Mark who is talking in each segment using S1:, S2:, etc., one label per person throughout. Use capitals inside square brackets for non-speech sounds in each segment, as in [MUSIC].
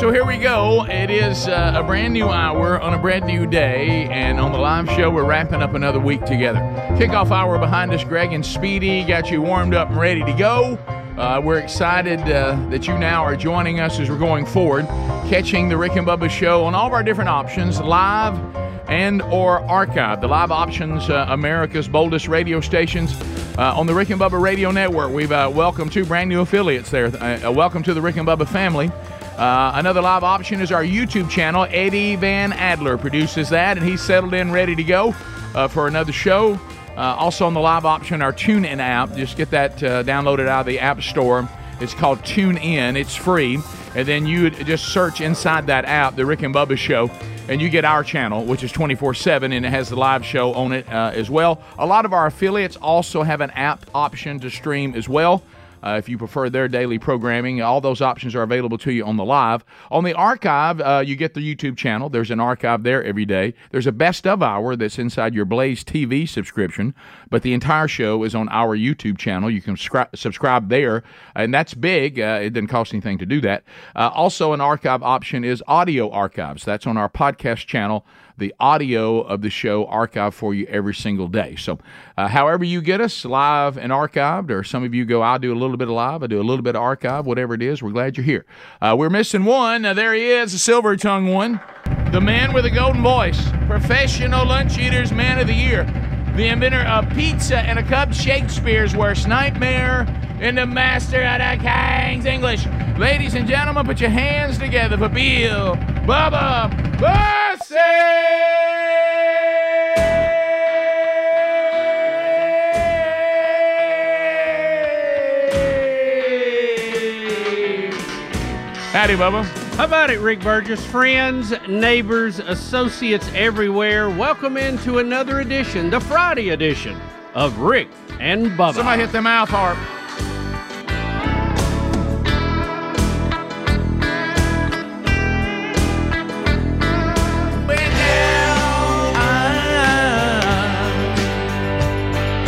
S1: So here we go. It is uh, a brand new hour on a brand new day, and on the live show, we're wrapping up another week together. Kickoff hour behind us, Greg and Speedy got you warmed up and ready to go. Uh, we're excited uh, that you now are joining us as we're going forward, catching the Rick and Bubba show on all of our different options, live and or archive the live options uh, america's boldest radio stations uh, on the rick and bubba radio network we've uh, welcomed two brand new affiliates there uh, uh, welcome to the rick and bubba family uh, another live option is our youtube channel eddie van adler produces that and he's settled in ready to go uh, for another show uh, also on the live option our tune in app just get that uh, downloaded out of the app store it's called Tune In. It's free. And then you would just search inside that app, The Rick and Bubba Show, and you get our channel, which is 24 7, and it has the live show on it uh, as well. A lot of our affiliates also have an app option to stream as well. Uh, if you prefer their daily programming, all those options are available to you on the live. On the archive, uh, you get the YouTube channel. There's an archive there every day. There's a best of hour that's inside your Blaze TV subscription, but the entire show is on our YouTube channel. You can scri- subscribe there, and that's big. Uh, it didn't cost anything to do that. Uh, also, an archive option is audio archives. That's on our podcast channel the audio of the show archived for you every single day. So, uh, however you get us live and archived, or some of you go, I do a little bit of live, I do a little bit of archive, whatever it is, we're glad you're here. Uh, we're missing one. Now, there he is, the silver tongue one, the man with a golden voice, professional lunch eaters, man of the year, the inventor of pizza and a cup, Shakespeare's worst nightmare, and the master of the King's English. Ladies and gentlemen, put your hands together for Bill Bubba Bussey! Howdy, Bubba.
S2: How about it, Rick Burgess? Friends, neighbors, associates everywhere, welcome into another edition, the Friday edition of Rick and Bubba.
S1: Somebody hit the mouth harp.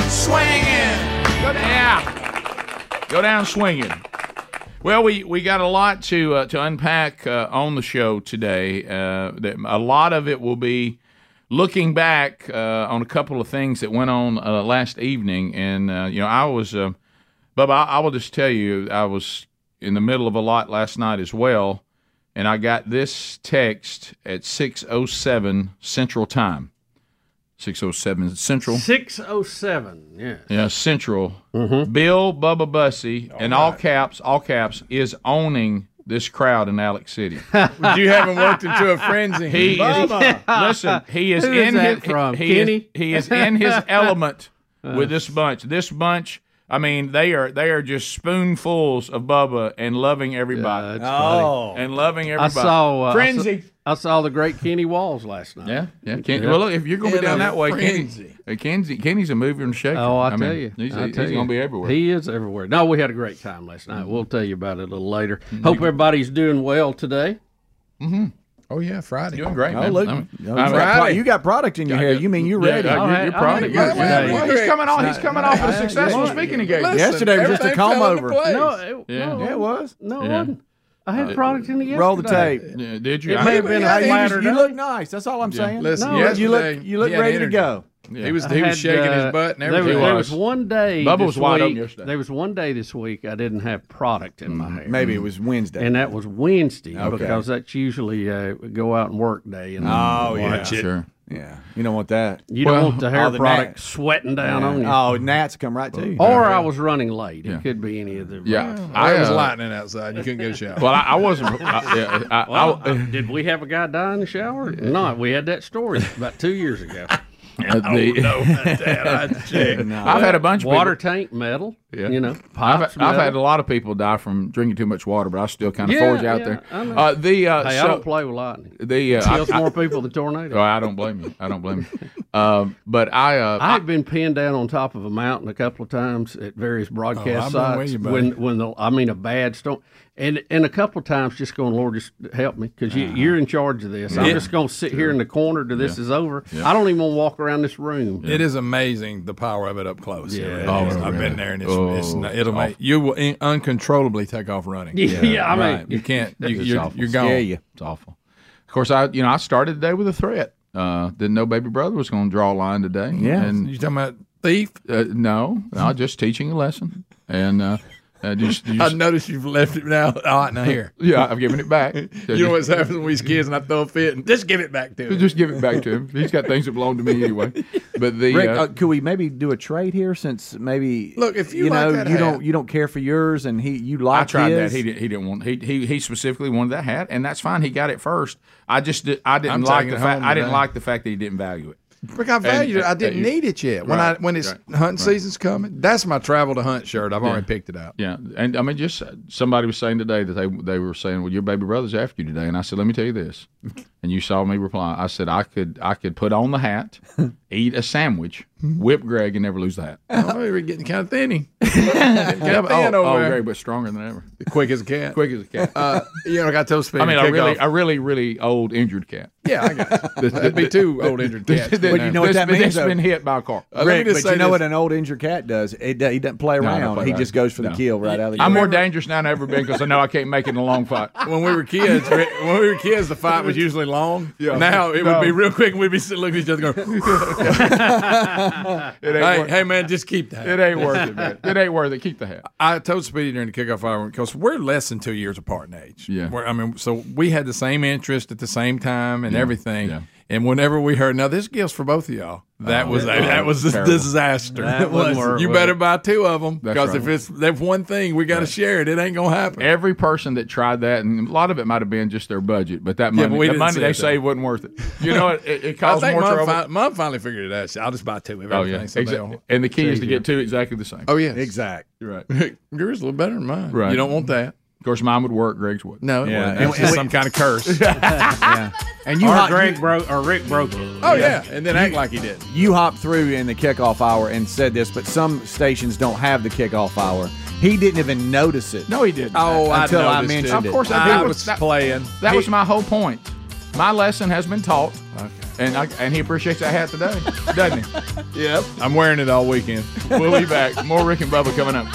S1: Swinging. Go down. Yeah. Go down swinging. Well, we, we got a lot to uh, to unpack uh, on the show today. Uh, that a lot of it will be looking back uh, on a couple of things that went on uh, last evening, and uh, you know, I was, uh, Bubba, I, I will just tell you, I was in the middle of a lot last night as well, and I got this text at six oh seven Central Time, six oh seven Central.
S2: 607, yeah.
S1: Yeah, Central.
S2: Mm-hmm.
S1: Bill Bubba Bussey, in all caps, all caps, is owning this crowd in Alex
S2: [LAUGHS]
S1: City.
S3: You haven't worked into a frenzy.
S1: He is, listen, he is
S2: Who is
S1: in
S2: that
S1: his
S2: from?
S1: He, he is,
S2: Kenny?
S1: he is
S2: [LAUGHS]
S1: in his element with this bunch. This bunch, I mean, they are they are just spoonfuls of Bubba and loving everybody.
S2: That's funny.
S3: Oh.
S1: and loving
S2: I
S1: everybody.
S2: saw, uh, I saw-
S3: Frenzy.
S2: I saw the great Kenny Walls last night.
S1: yeah, yeah. Ken, Well, look, if you're going to
S3: In
S1: be down
S3: a
S1: that way, Kenny,
S3: frenzy.
S1: uh, Kenzie, Kenny's a mover and shaker.
S2: Oh, I,
S1: mean,
S2: tell you,
S1: he's,
S2: I
S1: he's
S2: tell you.
S1: going to be everywhere.
S2: He is everywhere. No, we had a great time last night. We'll tell you about it a little later.
S3: Mm-hmm.
S2: Hope everybody's doing well today.
S4: Mm-hmm.
S3: Oh yeah, Friday.
S1: Doing great,
S3: Oh,
S1: man.
S3: look,
S1: I mean-
S3: you,
S1: I mean-
S3: got pro- you got product in your hair. You mean you're
S1: Yeah,
S3: ready?
S1: yeah,
S2: All
S1: you're,
S2: right,
S1: you're
S2: all
S1: proud
S2: right,
S1: of yourself.
S2: all right,
S1: Yeah,
S3: all
S1: He's
S3: right.
S1: coming on. He's coming off a successful speaking engagement.
S3: Yesterday was just a
S5: everything
S3: comb
S5: fell into
S3: over.
S5: place.
S2: No, it,
S1: Yeah.
S2: no,
S3: Yeah, it was.
S2: No, it
S1: Yeah. Uh,
S2: wasn't. I had product in the yesterday.
S3: Roll the tape.
S1: Yeah, Did you?
S2: It may have been a
S3: You,
S2: flatter
S3: you
S2: day.
S3: look nice. That's all I'm saying.
S5: Listen,
S2: No,
S3: you look you look
S5: had
S3: ready to
S5: energy.
S3: go. He was- he was
S2: I uh,
S3: shaking his butt and everything.
S2: There
S3: He
S2: was, there
S3: was.
S2: was one day.
S3: Bubba
S2: this
S3: was wide open
S2: week-
S3: yesterday. Mm-hmm.
S2: There was one day this week I didn't have product in my hair.
S3: Maybe it was Wednesday.
S2: and that was Wednesday
S3: Okay.
S2: because that's usually uh, go out and work day. And
S3: Oh, yeah.
S2: watch it.
S3: Sure. Yeah. You don't want that.
S2: You don't want the hair
S3: all
S2: product
S3: gnats.
S2: sweating down
S3: Yeah.
S2: on you.
S3: Oh, gnats come right to you.
S2: Or I was running late. It could be any of the.
S4: I, was
S1: uh,
S4: lightning outside. and You couldn't go shower.
S1: Well, I, I wasn't. I, yeah, I, I-
S2: Well, uh, did we have a guy die in the shower? No, we had that story about two years [LAUGHS] ago.
S1: uh, the-
S2: [LAUGHS]
S1: I've had a bunch of
S2: water
S1: people-
S2: tank metal.
S1: Yeah.
S2: You know,
S1: I've,
S2: pipes,
S1: I've
S2: metal.
S1: had a lot of people die from drinking too much water, but I still kind of
S2: Yeah,
S1: forge out
S2: yeah,
S1: there.
S2: I know.
S1: Uh, the uh,
S2: Hey,
S1: so,
S2: I don't play with lightning.
S1: the uh, I-
S2: Kills
S1: I-
S2: more people than tornado.
S1: Oh, I don't blame you. I don't blame you. [LAUGHS] Um, but I, uh, I,
S2: I've been pinned down on top of a mountain a couple of times at various broadcast
S4: I've been with
S2: sites
S4: you, buddy.
S2: when when the I mean a bad storm, and and a couple of times just going Lord just help me because you, you're in charge of this. I'm
S4: Yeah.
S2: just going to sit here in the corner till this is over. I don't even want to walk around this room.
S4: It is amazing the power of it up close. It really
S1: Oh,
S4: is.
S1: it
S4: I've
S1: really
S4: been there, and it's, it's
S1: Oh,
S4: not, it'll
S1: it's
S4: make
S1: [LAUGHS]
S4: you will in, uncontrollably take off running.
S2: [LAUGHS] Yeah, yeah, I mean-
S4: right. you can't. You,
S1: It's
S4: you're,
S1: awful.
S4: you're gone.
S3: Scare you.
S1: it's awful. Of course, I you know I started the day with a threat. Uh, didn't know baby brother was going to draw a line today.
S3: Yeah.
S1: and
S4: You talking about thief?
S1: uh, no, I was just teaching a lesson, and uh, uh, just, you
S4: I
S1: just
S4: noticed you've left it now. Oh, now here.
S1: yeah, I've given it
S4: [LAUGHS]
S1: back. So
S4: You know what's happens when we was kids, and I throw a fit, and just give it back to
S1: just,
S4: him.
S1: just give it back
S4: [LAUGHS]
S1: to him. He's got things that belong to me anyway. But the
S3: Rick,
S4: oh,
S1: uh,
S3: uh, could we maybe do a trade here? Since maybe
S4: Look, if you like
S3: know
S4: that
S3: you
S4: hat-
S3: don't you don't care for yours, and he you like
S1: I tried
S3: his.
S1: that. He didn't. He didn't want. He, he he specifically wanted that hat, and that's fine. He got it first. I just did, I didn't
S4: I'm
S1: like
S4: taking
S1: the
S4: it
S1: fact
S4: home
S1: I didn't
S4: today.
S1: like the fact that he didn't value it.
S4: Rick, I valued it. I
S1: and-
S4: didn't
S1: and you-
S4: need it yet. When
S1: Right,
S4: I when it's
S1: right,
S4: hunting season's coming, that's my travel to hunt shirt. I've already picked it
S1: [LAUGHS]
S4: out.
S1: Yeah, and I mean, just uh, somebody was saying today that they they were saying, "Well, your baby brother's after you today," and I said, "Let me tell
S4: [LAUGHS]
S1: you this," and you saw me reply. I said, "I could I could put on
S4: [LAUGHS]
S1: the hat, eat a sandwich,
S4: Mm-hmm.
S1: whip Greg, and never lose the hat."
S4: Oh, you're getting kind of thinny. Getting kind of
S1: oh,
S4: thin over
S1: oh,
S4: there.
S1: Greg, but stronger than ever,
S4: Quick
S1: [LAUGHS]
S4: as a cat.
S1: quick as a cat.
S4: Uh, you know, like I told Speedy.
S1: I mean,
S4: to
S1: a
S4: kick
S1: really
S4: off-
S1: a really really old injured cat.
S4: yeah, I got
S1: [LAUGHS]
S4: it. That'd be two old injured cats.
S1: That-
S3: Well, you know what
S1: that's-
S3: that means,
S1: That's
S3: though?
S1: been hit by a car.
S4: Uh, let me
S3: Rick,
S4: just
S3: but
S4: say
S3: you know
S4: this.
S3: what an old injured cat does? It, he doesn't play
S1: No, I
S3: around.
S1: don't play
S3: he
S1: around.
S3: just goes for
S1: No.
S3: the kill right out of the
S1: I'm
S3: gate.
S1: more dangerous now than I've ever been because I know I can't make it in a long fight.
S4: [LAUGHS] When we were kids, Rick, when we were kids, the fight was usually long.
S1: Yeah.
S4: Now it
S1: No.
S4: would be real quick, and we'd be sitting looking at each other going,
S1: [LAUGHS] It ain't,
S4: "Hey,
S1: worth,
S4: hey, man, just keep that."
S1: it ain't worth
S4: [LAUGHS]
S1: it, man. It ain't worth it. Keep the hat.
S4: I told Speedy during the kickoff hour because we're less than two years apart in age.
S1: Yeah.
S4: We're, I mean, so we had the same interest at the same time and everything.
S1: yeah. Oh,
S4: And whenever we heard, now this gives for both of y'all. That was a, that was a
S1: terrible.
S4: disaster. [LAUGHS]
S2: That wouldn't work,
S4: you
S2: would
S4: better buy two of them
S1: That's
S4: because
S1: right.
S4: if it's if one thing we got to share it, it ain't gonna happen.
S1: Every person that tried that, and a lot of it might have been just their budget, but that
S4: Yeah,
S1: money,
S4: but we
S1: the
S4: didn't
S1: money
S4: see
S1: they
S4: it, though.
S1: saved wasn't worth it. You know, it, it, it
S4: I
S1: caused
S4: think
S1: more
S4: mom,
S1: trouble.
S4: fi- mom finally figured it out. She- I'll just buy two of
S1: oh
S4: everything.
S1: yeah,
S4: so
S1: Exa-
S4: they'll-
S1: and the key is to get two exactly the same.
S4: oh yeah,
S3: Exact.
S1: right.
S4: [LAUGHS]
S1: [LAUGHS]
S4: Yours is a little better than mine.
S1: Right.
S4: You don't want that.
S1: Of course, mine would work. Greg's would.
S4: No, it
S3: Yeah.
S4: wasn't.
S3: And-
S4: It's just
S3: and-
S4: some kind of curse.
S3: And you
S2: or
S3: hop,
S2: Greg broke or Rick broke it.
S4: oh yeah, and then act like he did.
S3: you, you hopped through in the kickoff hour and said this, but some stations don't have the kickoff hour. He didn't even notice it.
S1: No, he didn't.
S4: Oh, I
S3: until I,
S4: noticed it.
S3: mentioned
S1: Of
S3: it.
S1: course, I,
S4: I
S1: did.
S4: was
S1: that,
S4: playing.
S1: that
S4: He-
S1: was my whole point. My lesson has been taught, and I, and he appreciates that hat today, doesn't he?
S4: Yep. I'm wearing it all weekend.
S1: We'll be back. More Rick and Bubba coming up.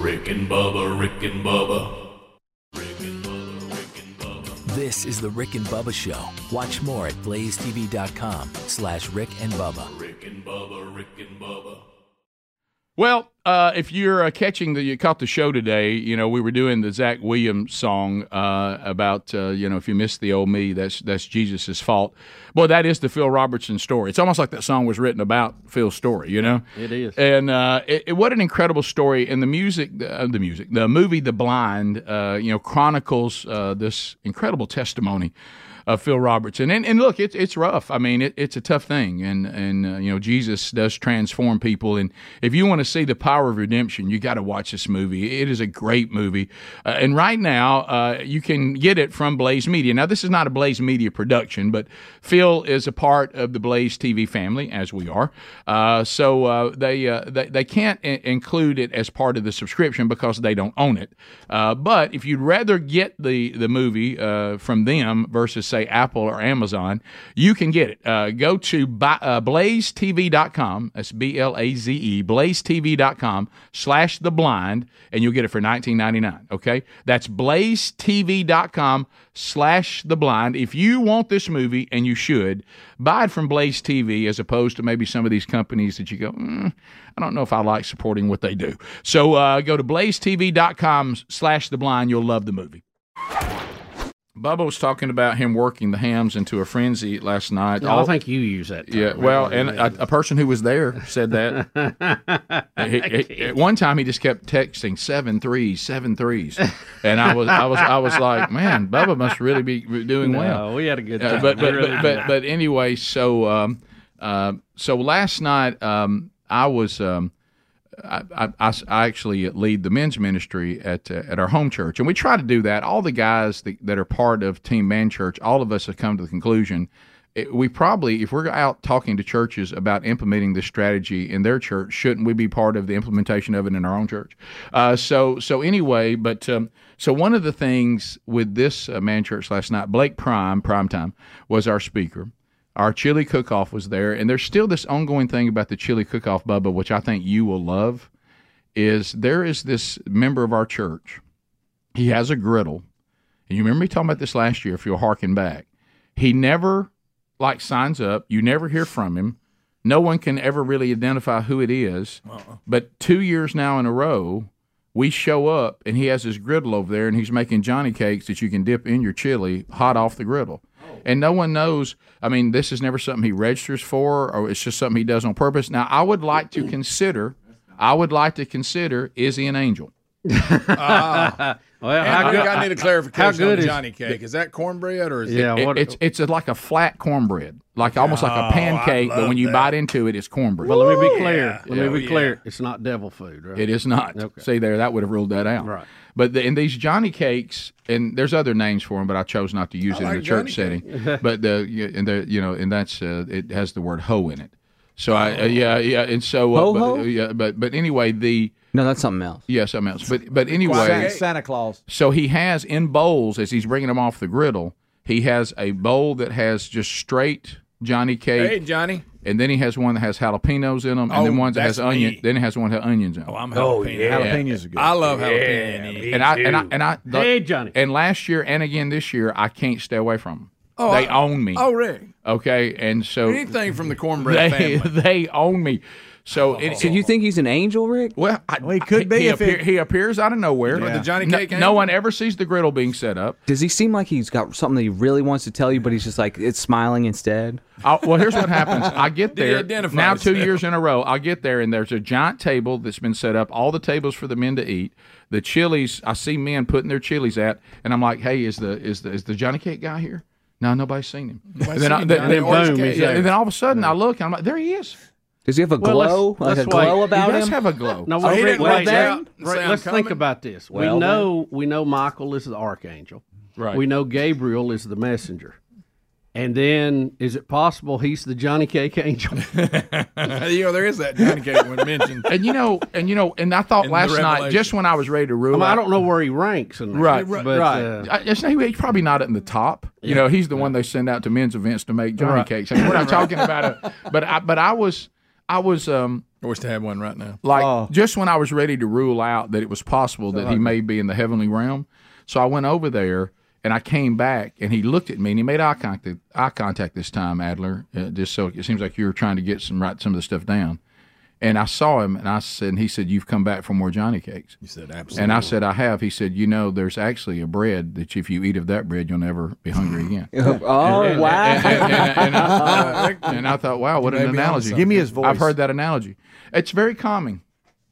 S6: Rick and Bubba, Rick and Bubba. Rick and Bubba, Rick and Bubba.
S7: This is the Rick and Bubba Show. Watch more at blazetv.com slash Rick and Bubba.
S6: Rick and Bubba, Rick and Bubba.
S1: Well, uh, if you're uh, catching the you caught the show today, you know we were doing the Zach Williams song uh, about uh, you know if you miss the old me, that's that's Jesus's fault. Boy, that is the Phil Robertson story. It's almost like that song was written about Phil's story. You know,
S2: It is.
S1: and uh, it, it- what an incredible story! And the music, the, uh, the music, the movie, The Blind, uh, you know, chronicles uh, this incredible testimony of Phil Robertson. And, and look, it's it's rough. I mean, it, it's a tough thing. And and uh, you know, Jesus does transform people. And if you want to see the power of redemption, you got to watch this movie. It is a great movie. Uh, and right now, uh, you can get it from Blaze Media. Now, this is not a Blaze Media production, but Phil is a part of the Blaze TV family, as we are. Uh, so uh, they, uh, they they can't i- include it as part of the subscription because they don't own it. Uh, but if you'd rather get the the movie uh, from them versus say Apple or Amazon, you can get it. Uh, go to buy, uh, blazetv.com. That's B L A Z E, blazetv.com blazetv.com slash the blind, and you'll get it for $19.99. Okay? That's blazetv.com slash the blind. If you want this movie, and you should, buy it from Blaze TV as opposed to maybe some of these companies that you go, mm, I don't know if I like supporting what they do. So uh, go to blazetv.com slash the blind. You'll love the movie. Bubba was talking about him working the hams into a frenzy last night.
S2: No, I
S1: All-
S2: think you use that. Term,
S1: yeah,
S2: right?
S1: well, and a, a person who was there said
S2: [LAUGHS]
S1: that. He- he- at one time, he just kept texting seven threes, seven threes, and I was, I was, I was like, man, Bubba must really be doing well.
S2: No, we had a good
S1: Uh,
S2: time.
S1: but
S2: We
S1: but,
S2: really
S1: but,
S2: did.
S1: but but anyway, so um, uh, so last night um, I was um, I, I- I s- I actually lead the men's ministry at uh, at our home church, and we try to do that. All the guys that, that are part of Team Man Church, all of us have come to the conclusion. It, we probably, if we're out talking to churches about implementing this strategy in their church, shouldn't we be part of the implementation of it in our own church? Uh, so, so anyway, but um, so one of the things with this uh, man church last night, Blake Prime, prime time, was our speaker. Our chili cook-off was there, and there's still this ongoing thing about the chili cook-off, Bubba, which I think you will love. Is there is this member of our church? He has a griddle, and you remember me talking about this last year. If you'll hearken back, he never like signs up. You never hear from him. No one can ever really identify who it is. But two years now in a row, we show up and he has his griddle over there and he's making Johnny cakes that you can dip in your chili hot off the griddle. And no one knows. I mean, this is never something he registers for or it's just something he does on purpose. Now, I would like to consider, I would like to consider, is he an angel?
S2: well,
S5: I,
S2: how
S5: think
S2: good,
S5: I need a clarification
S2: how good
S5: on
S2: is-
S5: Johnny Cake. Is that cornbread or is
S2: yeah,
S5: it?
S1: It-
S2: what,
S1: it's it's a, like a flat cornbread, like almost
S5: Oh,
S1: like a pancake, but when you bite into it, it's cornbread.
S2: well, let me be clear.
S5: Yeah.
S2: let
S5: Oh,
S2: me be
S5: yeah.
S2: clear. It's not devil food, right?
S1: It is not. See there, that would have ruled that out.
S2: Right.
S1: But the, and these Johnny cakes, and there's other names for them, but I chose not to use it in the
S5: like
S1: church
S5: Johnny [LAUGHS]
S1: setting. but the you- and the you know and that's uh, it has the word hoe in it. So
S5: Oh.
S1: I uh, yeah yeah and so uh,
S8: Ho-ho?
S1: But, yeah, but but anyway the
S8: No, that's something else.
S1: yeah something else. But but
S3: Santa,
S1: anyway,
S3: Santa Claus.
S1: so he has in bowls as he's bringing them off the griddle. He has a bowl that has just straight Johnny cake,
S5: Hey, Johnny.
S1: and then he has one that has jalapenos in them, and
S5: Oh,
S1: then one that
S5: that's
S1: has onion.
S5: me.
S1: Then it has one that has onions in them.
S5: Oh, I'm jalapeno.
S3: Jalapenos are good.
S5: I love jalapeno.
S1: and I, and I and I
S2: Hey, Johnny.
S1: and last year and again this year I can't stay away from them.
S5: Oh,
S1: they
S5: I-
S1: own me.
S5: oh, Rick.
S1: okay, and so
S5: Anything from the cornbread
S2: [LAUGHS]
S1: they [LAUGHS]
S5: family. Oh,
S1: they own me. So it,
S8: So you think he's an angel, Rick?
S1: well, I,
S3: Well, he could be
S1: He,
S3: if
S1: appear-
S3: it-
S1: he appears out of nowhere.
S5: With the Johnny
S1: No-
S5: Cake
S1: No,
S5: angle?
S1: one ever sees the griddle being set up.
S8: Does he seem like he's got something that he really wants to tell you, but he's just like it's smiling instead?
S1: I, well, here's what happens. I get
S5: Did he
S1: there
S5: identify
S1: now two
S5: himself?
S1: years in a row. I get there and there's a giant table that's been set up. All the tables for the men to eat. The chilies. I see men putting their chilies at, and I'm like, hey, is the is the is the Johnny Cake guy here? No, nobody's seen him. And then, I,
S5: seen
S1: then,
S5: Johnny
S1: then,
S5: Orange
S1: boom,
S5: Cake.
S1: he's there. and then all of a sudden I look and I'm like, there he is.
S8: Does he have a
S2: Well, let's-
S8: glow, like
S2: let's
S8: a glow
S2: wait.
S8: about
S1: he does
S8: him?
S1: have a glow.
S2: No,
S5: So he
S2: wait,
S5: didn't
S2: wait,
S5: reach out
S2: wait,
S5: and say,
S2: let's
S5: "I'm
S2: think
S5: coming"?
S2: about this.
S8: Well,
S2: we know we know Michael is the archangel.
S1: Right.
S2: We know Gabriel is the messenger. And then is it possible he's the Johnny Cake angel?
S5: you know, there is that Johnny Cake one
S4: [LAUGHS]
S5: mentioned.
S1: [LAUGHS] and you know, and you know, and I thought
S5: And the
S1: last night,
S5: revelation.
S1: just when I was ready to rule,
S2: I, mean, I
S1: out-
S2: don't know where he ranks in that,
S1: Right,
S2: but
S3: right.
S2: uh,
S1: I, it's not, he's probably not in the top. You know, he's the one they send out to men's events to make Johnny cakes. I mean,
S2: [LAUGHS]
S1: we're not talking about it, but I, but I was, I was, um,
S5: I wish they had one right now.
S1: like just when I was ready to rule out that it was possible that he may be in the heavenly realm, so I went over there and I came back and he looked at me and he made eye contact, eye contact this time, Adler. Uh, just so it seems like you were trying to get some write some of the stuff down. And I saw him and I said, and he said, "You've come back for more Johnny cakes."
S5: You said absolutely.
S1: And I said, I have. He said, You know, there's actually a bread that if you eat of that bread, you'll never be hungry again. and,
S8: oh wow!
S1: and- and- and I, and I thought, wow, what an
S5: may be onto
S1: analogy.
S5: something.
S3: Give me his voice.
S1: I've heard that analogy. It's very calming.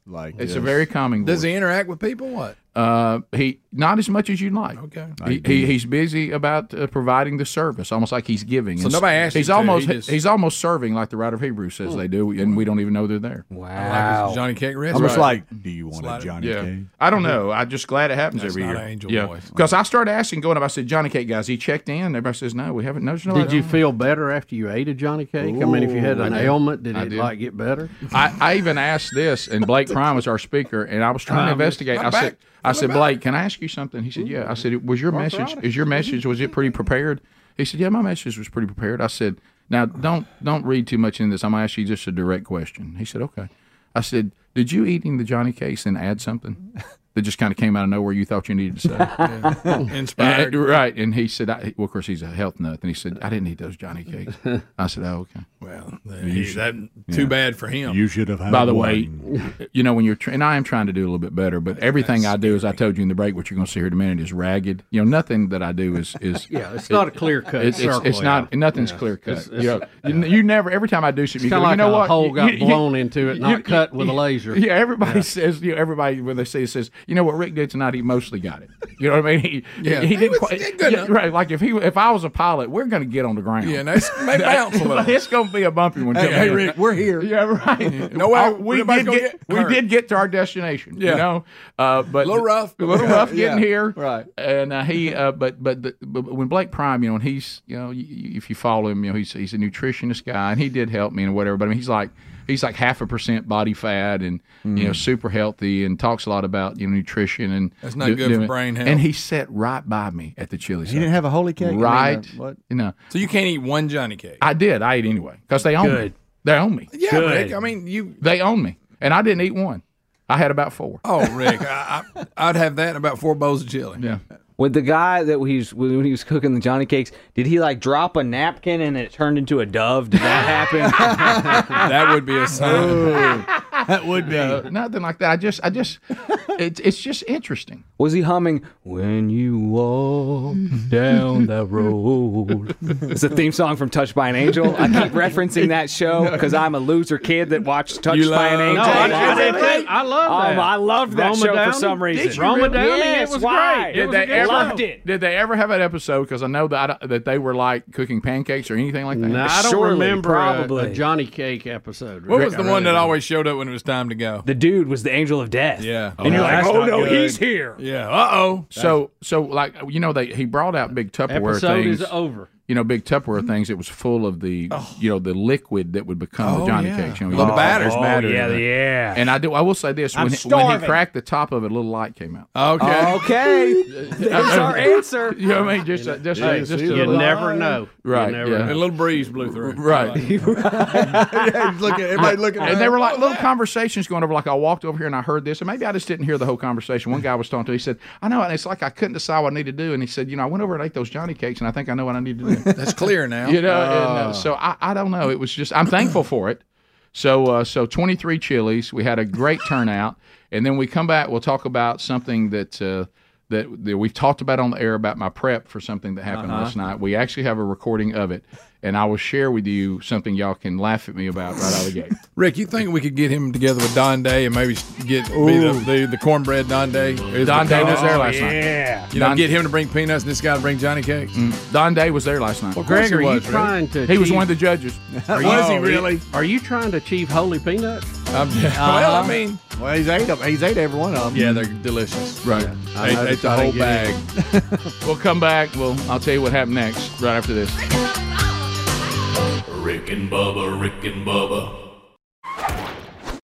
S3: Like
S1: It's a
S3: this.
S1: very calming
S5: Does
S1: voice.
S5: he interact with people? What?
S1: Uh, he not as much as you'd like.
S5: Okay.
S1: He, he, he's busy about uh, providing the service, almost like he's giving. So
S5: nobody asked
S1: He's
S5: you to,
S1: almost
S5: he just- Hmm.
S1: he's almost serving like the writer of Hebrews says they do, and we don't even know they're there.
S8: wow.
S5: Johnny Cake
S3: I'm
S5: recipe.
S3: just like, do you want
S5: Slide
S3: a
S5: it-
S3: Johnny
S1: Yeah.
S3: Cake?
S1: I don't know. I'm just glad it happens
S5: That's
S1: every
S5: not
S1: year.
S5: an angel
S1: yeah.
S5: voice.
S1: Because I started asking, going up. I said, Johnny Cake guys, he checked in. Everybody says no. We haven't. No, there's nobody
S2: did you
S1: on."
S2: feel better after you ate a Johnny Cake? I mean, if you had an ailment, did
S1: I
S2: it
S1: did.
S2: like get better?
S1: I, I even asked this, and Blake Prime was our speaker, and I was trying to investigate. I
S5: I'm
S1: said,
S5: back.
S1: I said, Blake, can I ask you something? He said, Yeah. I said, Was your message? Is your message? Was it pretty prepared? He said, Yeah, my message was pretty prepared. I said, Now don't don't read too much into this. I'm gonna ask you just a direct question. He said, Okay. I said, Did you eating the Johnny case and add something [LAUGHS] that just kind of came out of nowhere you thought you needed to say? [LAUGHS]
S4: Inspired.
S1: Uh, right. And he said, I, well, of course, he's a health nut. And he said, I didn't eat those Johnny cakes. I said, oh, okay.
S4: Well, he- that too bad for him.
S9: You should have had
S1: By the way,
S9: one.
S1: [LAUGHS] you know, when you're, tr- and I am trying to do a little bit better, but everything I do, as I told you in the break, what you're going to see here in a minute is ragged. You know, nothing that I do is,
S2: [LAUGHS]
S1: is
S2: Yeah, it's not a clear cut
S1: it's, it's,
S2: circle.
S1: it's not, nothing's clear cut.
S2: It's- it's-
S1: You, know, you- you never, every time I do something,
S2: It's
S1: you
S2: kind
S1: go,
S2: of like
S1: you know
S2: a
S1: what?
S2: hole
S1: You-
S2: got
S1: you-
S2: blown into it, not cut with a laser.
S1: Yeah, everybody says you know, everybody when they see it says, you know what Rick did tonight, he mostly got it. You know what I mean? He,
S4: Yeah.
S1: he,
S4: He
S1: didn't
S4: was-
S1: quite.
S4: he good
S1: yeah,
S4: enough.
S1: right, like if he if I was a pilot, we're gonna get on the ground.
S4: Yeah, and that's
S1: [LAUGHS]
S4: may bounce a little.
S1: it's gonna be a bumpy one.
S4: Hey,
S1: coming
S4: hey
S1: up.
S4: Rick, we're here.
S1: [LAUGHS] Yeah, right.
S4: No way.
S1: Uh, we
S4: Nobody's
S1: did
S4: gonna
S1: get,
S4: get
S1: we [LAUGHS]
S4: hurt.
S1: did get to our destination.
S4: Yeah.
S1: You know, uh, but
S4: Little rough.
S1: a [LAUGHS]
S4: [LAUGHS]
S1: little rough
S10: Yeah,
S1: getting here.
S10: right.
S1: And uh, he, uh, but, but the, but but when Blake Prime, you know, and he's you know, y- y- if you follow him, you know, he's he's a nutritionist guy, and he did help me and whatever. But I mean, he's like he's like half a percent body fat, and you
S4: Hmm.
S1: know, super healthy, and talks a lot about you know nutrition and
S4: That's not
S1: do-
S4: good for
S1: doing-
S4: brain health.
S1: And he sat right by me at the chili.
S10: He didn't have a holy cake. I mean, uh,
S1: right.
S10: what?
S1: You know,
S4: So you can't eat one Johnny cake.
S1: I did. I ate anyway because they own me.
S2: Good.
S1: They own me.
S4: yeah,
S2: Good.
S4: Rick. I mean, you.
S1: They own me, and I didn't eat one. I had about four.
S4: [LAUGHS] Oh, Rick, I, I, I'd have that and about four bowls of chili.
S1: Yeah.
S8: With the guy that he was when he was cooking the Johnny cakes, did he like drop a napkin and it turned into a dove? Did that happen?
S4: [LAUGHS] That would be a sign.
S8: [LAUGHS]
S9: that would be.
S1: Uh, nothing like that. I just, I just, it, it's just interesting.
S8: was he humming "When You
S4: [LAUGHS]
S8: Walk Down That Road"? It's a theme song from "Touched by an Angel." I keep referencing that show because I'm a loser kid that watched "Touched
S4: You
S8: by an
S4: love-
S8: Angel."
S2: No, I,
S4: Hey, that's
S2: I,
S4: it, Rick.
S2: I love that.
S8: Um, I loved that
S2: Roma
S8: show
S2: Downey?
S8: for some reason.
S2: Did you Roma
S8: really?
S2: Downey,
S8: Yes,
S2: it was
S8: why?
S2: great.
S8: Did
S2: It was
S8: they
S2: a good
S8: ever-
S2: show.
S8: Loved it.
S1: Did they ever have an episode? Because I know that I, that they were like cooking pancakes or anything like that.
S2: No, I don't
S8: Surely,
S2: remember a-
S8: probably.
S2: a Johnny Cake episode.
S4: What
S2: Rick.
S4: was the one that always showed up when it was time to go?
S8: The dude was the angel of death.
S4: Yeah.
S8: and you're like,
S9: that's
S8: oh
S9: not
S8: no,
S9: good."
S8: he's here.
S4: Yeah. Uh oh.
S1: So, so like you know, they he brought out big Tupperware
S2: episode
S1: things.
S2: is over? Mm-hmm.
S1: You know, big Tupperware things. It was full of the you know the liquid that would become the
S4: Oh,
S1: Johnny
S4: yeah.
S1: cakes. You know,
S4: The
S1: you-
S4: batter.
S1: there's
S4: Oh,
S1: batter in
S8: yeah,
S1: there.
S8: yeah.
S1: And I do. I will say this: when he, when he cracked the top of it, a little light came out.
S4: Okay.
S8: Okay, there's our
S1: [LAUGHS]
S8: answer.
S1: You know what I mean? Just, uh, just, uh, just a
S2: You
S1: little-
S2: never know. You
S1: Right,
S2: never
S1: yeah.
S2: know.
S4: And a little breeze blew through.
S1: [LAUGHS] right.
S10: Look at everybody looking.
S1: And they were like little conversations going over. Like I walked over here and I heard this, and maybe I just didn't hear the whole conversation. One guy was talking to. He said, "I know," and it's like I couldn't decide what I need to do. And he said, "You know, I went over and ate those Johnny cakes, and I think I know what I
S5: [LAUGHS]
S1: need to do."
S4: That's clear now. [LAUGHS] Oh.
S1: you know, and, uh, so I, I don't know. It was just I'm thankful for it. So uh, so 23 chilies. We had a great turnout, and then we come back. We'll talk about something that. Uh, that, that we've talked about on the air about my prep for something that happened
S4: Uh-huh.
S1: last night. We actually have a recording of it, and I will share with you something y'all can laugh at me about right out of the gate.
S4: Rick, you think we could get him together with Don Day and maybe get be the, the, the cornbread Don Day? Is
S1: Don
S4: the
S1: Day
S4: peanut-
S1: was there last
S4: You know,
S1: Don-
S4: get him to bring peanuts and this guy to bring Johnny cakes.
S1: night. Don Day was there last night.
S4: Of course he
S2: Greg, are you
S4: was, Rick.
S2: trying to?
S1: He was
S2: achieve-
S1: one of the judges.
S4: Are you-
S9: he
S4: Oh,
S9: really?
S2: Are you trying to achieve holy peanuts? [LAUGHS]
S4: I'm-
S2: Uh-huh.
S4: [LAUGHS] well, I mean,
S10: Well, he's ate them. He's ate every one of them.
S4: yeah, they're delicious.
S1: Right.
S4: Ate, ate the whole bag. [LAUGHS]
S1: We'll come back. We'll I'll tell you what happened next right after this.
S6: Rick and Bubba, Rick and Bubba,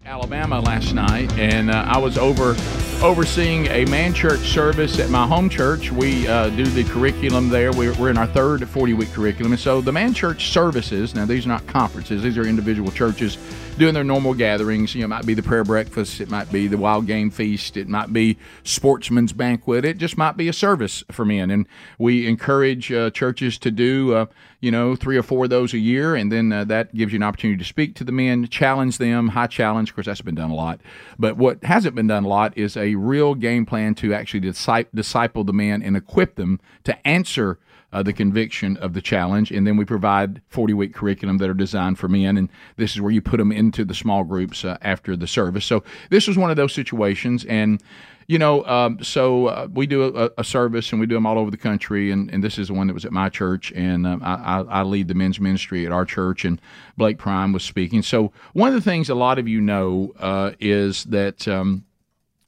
S1: Alabama last night, and uh, I was over overseeing a man church service at my home church. We uh, do the curriculum there. We're, we're in our third 40 week curriculum, and so the man church services. Now these are not conferences; these are individual churches doing their normal gatherings. You know, it might be the prayer breakfast, it might be the wild game feast, it might be sportsman's banquet. It just might be a service for men, and we encourage uh, churches to do. Uh, you know, three or four of those a year, and then uh, that gives you an opportunity to speak to the men, challenge them, high challenge. Of course, that's been done a lot. But what hasn't been done a lot is a real game plan to actually disci- disciple the men and equip them to answer uh, the conviction of the challenge. And then we provide 40 week curriculum that are designed for men. And this is where you put them into the small groups uh, after the service. So this was one of those situations. And you know, um, so uh, we do a, a service and we do them all over the country. And, and this is the one that was at my church. And um, I, I, I lead the men's ministry at our church. And Blake Prime was speaking. So, one of the things a lot of you know uh, is that um,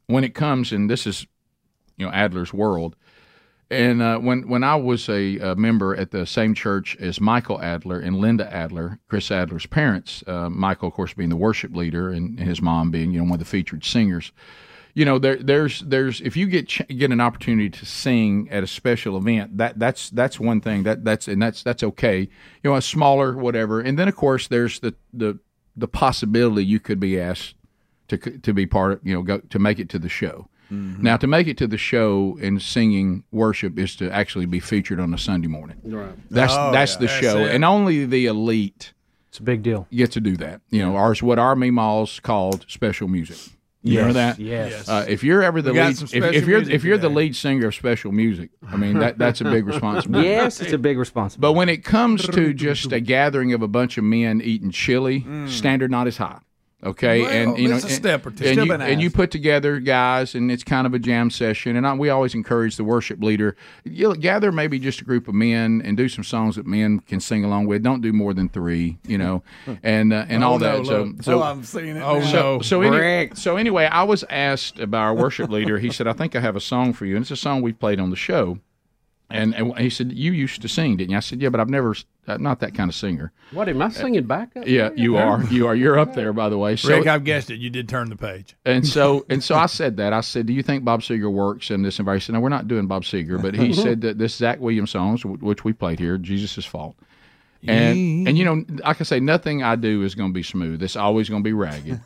S1: when it comes, and this is, you know, Adler's world, and uh, when when I was a, uh member at the same church as Michael Adler and Linda Adler, Chris Adler's parents, uh, Michael of course being the worship leader and, and his mom being you know one of the featured singers, you know there there's there's if you get ch- get an opportunity to sing at a special event that that's that's one thing that that's and that's that's okay you know a smaller whatever and then of course there's the the the possibility you could be asked to c- to be part of you know go to make it to the show. Now to make it to the show and singing worship is to actually be featured on a Sunday morning. Right. That's that's the show, and only the elite
S11: It's a big deal.
S1: get to do that. You know, ours what our Meemaw's called special music. You remember that?
S11: Yes.
S1: Uh, if you're ever the
S4: We got
S1: lead,
S4: some
S1: if,
S4: special
S1: if you're
S4: music
S1: if you're the
S4: today.
S1: lead singer of special music, I mean that that's
S4: [LAUGHS]
S1: a big responsibility.
S8: Yes, it's a big responsibility.
S1: But when it comes to just a gathering of a bunch of men eating chili, standard not as high. Okay,
S4: Mm. Well,
S1: and you know,
S4: it's a
S1: and-
S4: step or two.
S1: and
S4: Step
S1: you,
S4: and a
S1: and you
S4: half.
S1: put together guys, and it's kind of a jam session. And I, we always encourage the worship leader you gather maybe just a group of men and do some songs that men can sing along with. Don't do more than three, you know, and uh, and
S4: Oh,
S1: all
S4: no,
S1: that. So,
S4: look.
S1: so
S4: seeing it. Oh
S1: so,
S4: no!
S1: so, any-
S8: Rick.
S1: so anyway, I was asked by our worship leader. He said, "I think I have a song for you, and it's a song we played on the show." And, and he said, "You used to sing, didn't you?" I said, "Yeah, but I've never, I'm not that kind of singer."
S2: What am I singing back up?
S1: Yeah, you are, you are, you're up there, by the way. So,
S4: Rick, I've guessed it. You did turn the page.
S1: and so, and so, I said that. I said, "Do you think Bob Seger works in this environment?" He said, "No, we're not doing Bob Seger." But he said that this Zach Williams songs, wh- which we played here, Jesus' fault. And and you know, like I say, nothing I do is going to be smooth. It's always going to be ragged.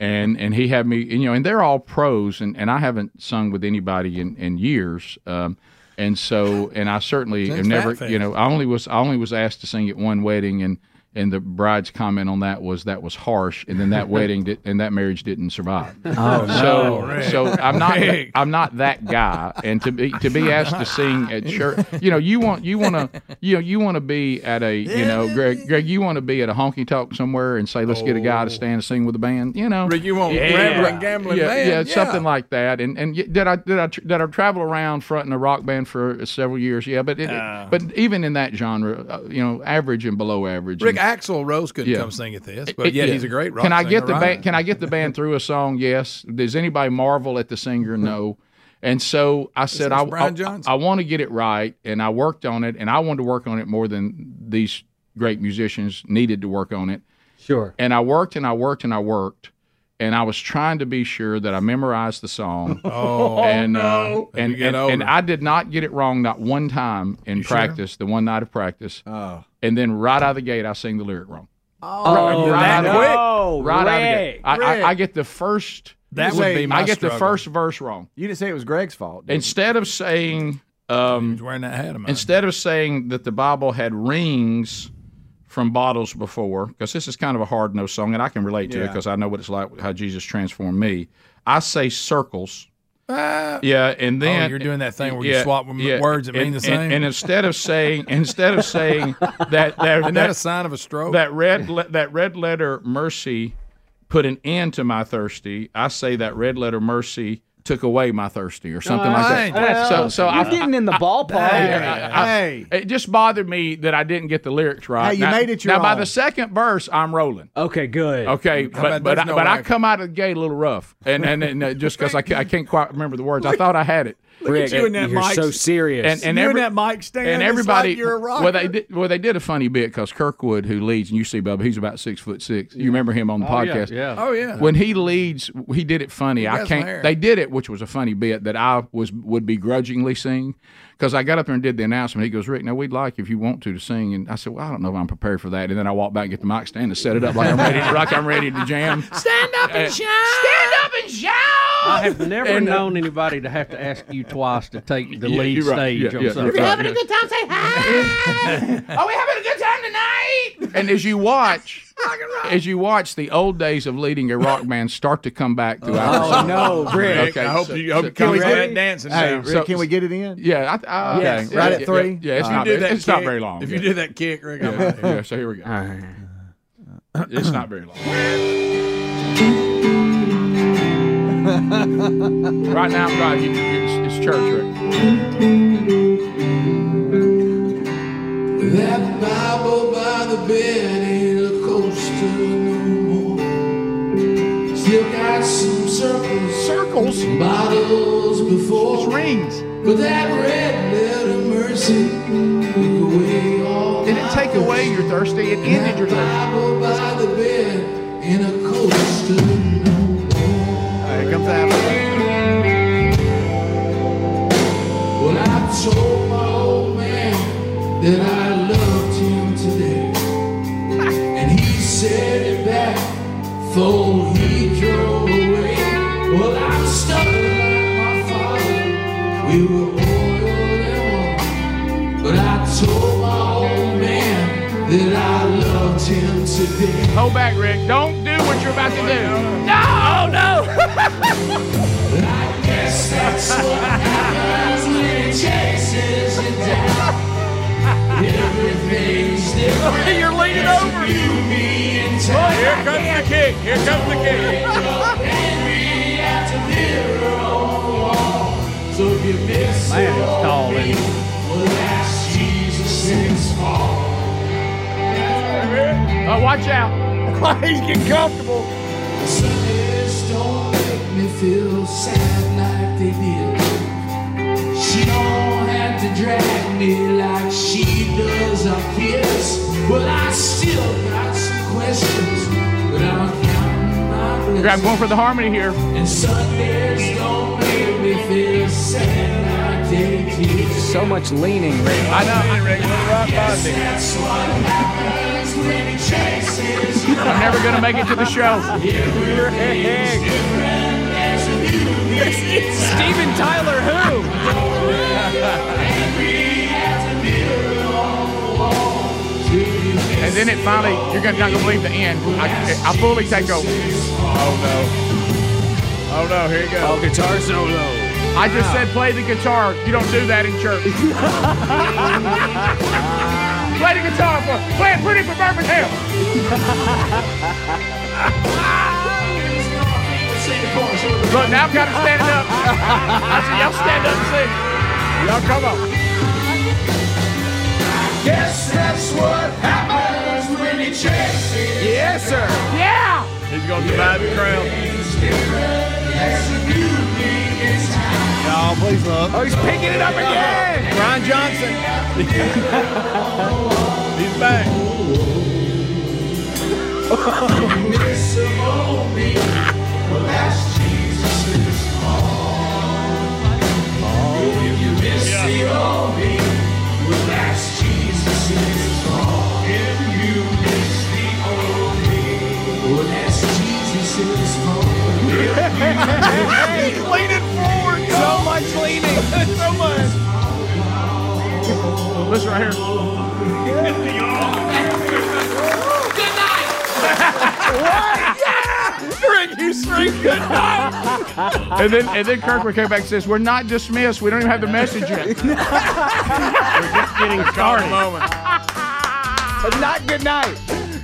S1: and and he had me, and, you know, and they're all pros, and, and I haven't sung with anybody in in years. Um, and so, and I certainly have
S4: Fat
S1: never,
S4: Fest.
S1: you know, I only was I only was asked to sing at one wedding, and and the bride's comment on that was that was harsh, and then that wedding did, and that marriage didn't survive.
S8: Oh,
S1: So,
S4: Rick.
S1: so I'm not
S4: Rick.
S1: I'm not that guy, and to be to be asked to sing at church, you know, you want you want to you know you want to be at a you know Greg Greg you want to be at a honky tonk somewhere and say let's get a guy to stand and sing with a band, you know,
S4: Rick, you want
S2: Yeah.
S4: rambling, gambling
S1: yeah,
S4: man?
S1: yeah, something like that. And and y- did I did I tr- did I travel around fronting a rock band for uh, several years? Yeah, but it,
S4: Uh.
S1: but even in that genre, uh, you know, average and below average.
S4: Rick
S1: and,
S4: Axel Rose couldn't
S1: Yeah.
S4: come sing at this,
S1: it-
S4: but yeah,
S1: yeah.
S4: he's a great rock
S1: Can I
S4: singer,
S1: get the
S4: right?
S1: band? Can I get the band through a song? Yes. Does anybody marvel at the singer? No. And so I said,
S4: Miss
S1: I,
S4: Brian
S1: I,
S4: Johnson.
S1: I want to get it right, and I worked on it, and I wanted to work on it more than these great musicians needed to work on it.
S8: Sure.
S1: And I worked and I worked and I worked, and I was trying to be sure that I memorized the song.
S4: [LAUGHS] Oh,
S1: and uh, and,
S4: You get
S1: and, and
S4: older.
S1: I did not get it wrong not one time in
S4: sure?
S1: practice, the one night of practice.
S3: Oh.
S1: And then right out of the gate, I sing the lyric wrong.
S8: Oh,
S1: right
S8: that
S1: out of the gate.
S8: no,
S1: Right out of the gate.
S8: Rick.
S1: I, I, I get the first.
S4: that would be my
S1: I get
S4: struggle.
S1: the first verse wrong.
S3: You didn't say it was Greg's fault. did you?
S1: Instead of saying,
S4: He's
S1: um,
S4: wearing that hat of mine.
S1: instead of saying that the Bible had rings from bottles before, because this is kind of a hard no song, and I can relate to it
S3: Yeah.
S1: because I know what it's like how Jesus transformed me. I say circles. yeah, and then
S4: oh, you're doing that thing where you swap m- words that
S1: and,
S4: mean the
S1: and-
S4: same.
S1: And, instead of saying, instead of saying
S4: [LAUGHS]
S1: that, that,
S4: Isn't that
S1: that
S4: a sign of a stroke?
S1: that red le- that red letter mercy put an end to my thirsty. I say that red letter mercy took away my thirsty or something like that.
S4: Well,
S1: so so
S8: You're
S1: I,
S8: getting in the ballpark.
S1: I-
S3: Hey.
S1: it just bothered me that I didn't get the lyrics right.
S3: Hey, you
S1: now,
S3: made it your
S1: now by
S3: own.
S1: the second verse, I'm rolling.
S8: Okay, good.
S1: Okay, but
S4: about
S1: but,
S4: there's
S1: I,
S4: no
S1: but I
S4: act?
S1: come out of the gate a little rough, and and, and uh, just because I, ca- I can't quite remember the words, I thought I had it.
S8: Rick, uh,
S3: you and that
S8: you're
S3: mic.
S8: so serious.
S1: And, and
S3: You
S1: every-
S3: and that mic stand.
S1: and
S3: it's
S1: everybody,
S3: like you're a rocker.
S1: well, they did, well, they did a funny bit because Kirkwood, who leads, and you see Bubba, he's about six foot six. You remember him on the podcast?
S2: yeah.
S4: oh yeah.
S1: When he leads, he did it funny. I
S4: has
S1: can't.
S4: my hair.
S1: They did it, which was a funny bit that I was would begrudgingly sing, because I got up there and did the announcement. He goes, Rick, now we'd like if you want to to sing, and I said, well, I don't know if I'm prepared for that. And then I walked back, and get the mic stand, and set it up like I'm ready, like I'm ready to
S3: [LAUGHS]
S1: jam. Stand up and shout! Stand up and shout!
S2: I have never
S1: [LAUGHS] And, uh,
S2: known anybody to have to ask you twice to take the
S1: [LAUGHS] Yeah,
S2: lead
S1: you're right.
S2: stage
S1: Yeah,
S2: on
S1: yeah,
S2: something.
S1: you're right. having a
S12: good time, say
S3: [LAUGHS]
S12: hi. Are we having a good time tonight?
S1: And as you watch, as you watch, the old days of leading a rock band start to come back throughout.
S8: oh no, Rick.
S4: Rick,
S1: okay,
S4: I hope
S1: so-
S4: you hope
S1: so-
S4: you come
S3: we
S4: out
S3: get
S4: that
S3: it?
S4: dancing.
S3: Hey,
S4: sound.
S3: Rick, can we get it in?
S1: Yeah, I, I,
S8: Yes.
S1: okay.
S3: Right
S1: Yeah,
S3: at three?
S1: Yeah, yeah
S3: If
S1: it's,
S4: If
S1: not,
S4: you do that
S1: it's not
S4: kick-
S1: very long.
S4: If
S1: yeah.
S4: you do that kick, Rick, I'm out.
S1: yeah, yeah, so here we go.
S8: All right.
S1: It's not very long. right now, I'm driving. You, you- it's, it's church, right?
S7: That Bible by the bed ain't a coaster no more. Still got some circles,
S1: Circles,
S7: bottles before.
S1: rings.
S7: But that red letter mercy took away all
S1: Did it
S7: my
S1: take away your thirsty? It ended your thirsty.
S7: Bible by the bed in a coaster no more.
S3: Here comes that.
S7: Well, I told my old man that I loved him today. And he said it back, for he drove away. You were oiled and warm, but I told my old man that I loved him today.
S1: Hold back, Rick. Don't do what you're about to do. No, no. [LAUGHS]
S7: Guess that's what happens when it chases you down. Everything's different.
S1: [LAUGHS] you're leaning over. Oh,
S7: You, me, and time.
S1: Here comes the kick. Here comes the kick.
S7: [LAUGHS] Angry at the mirror on the wall. So if you miss
S2: Man,
S7: it,
S2: it's tall, isn't it?
S7: well, that's Jesus in small.
S1: Uh, watch out. He's getting comfortable.
S7: Sundays don't make me feel sad like they did. She don't have to drag me like she does our kids. But I still got some questions, but I'm counting my
S1: I'm
S7: blessings.
S1: going for the harmony here.
S7: And Sundays don't make me feel sad like they did.
S8: So much leaning, Rick.
S1: I know.
S7: That's what happens when he chases you.
S1: I'm never going to make it
S7: [LAUGHS]
S1: to the show.
S8: Steven Tyler, who?
S1: And then it finally, you're gonna, not going to believe the end. I, I fully take over. Oh, no. Oh, no. Here you go.
S8: Oh, guitar solo.
S1: I just said play the guitar. You don't do that in
S8: [LAUGHS]
S1: church. play the guitar for play it pretty for Birmingham. Look, now I've got to stand up. I said, y'all stand up and sing. Y'all come on.
S7: Guess that's what happens when he chases
S8: Yes, sir.
S1: Yeah. He's going to divide the crowd.
S3: Oh, please, love.
S8: Oh, he's picking it up again.
S3: Brian
S8: [LAUGHS]
S3: Johnson.
S1: He's back.
S8: So much [LAUGHS] leaning. so much.
S1: Listen right here.
S8: Rick, you streaked it.
S1: [LAUGHS] And then and then Kirkwood came back and says, "We're not dismissed. We don't even have the message
S4: [LAUGHS]
S1: yet."
S2: Getting started.
S8: But not good night.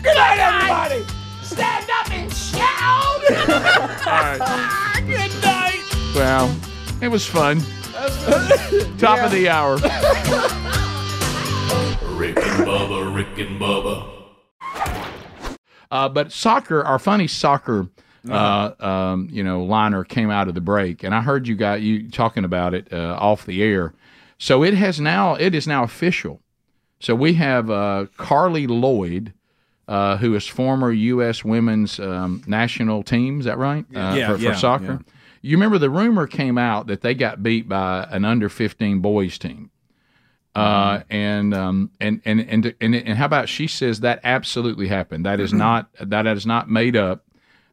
S8: Good night, everybody. [LAUGHS]
S1: Well, it was fun. Top of the
S8: [LAUGHS]
S1: hour.
S7: Rick and Bubba, Rick and Bubba.
S1: Uh, but soccer, our funny soccer, uh, um, you know, liner came out of the break, and I heard you got you talking about it uh, off the air. So it has now it is now official. So we have uh, Carly Lloyd, uh, who is former U.S. Women's um, national team. Is that right? Uh,
S3: Yeah,
S1: for,
S3: yeah,
S1: for soccer.
S3: yeah.
S1: You remember the rumor came out that they got beat by an under fifteen boys team. Uh, and um and and and and and how about she says that absolutely happened. That
S3: Mm-hmm.
S1: is not that is not made up.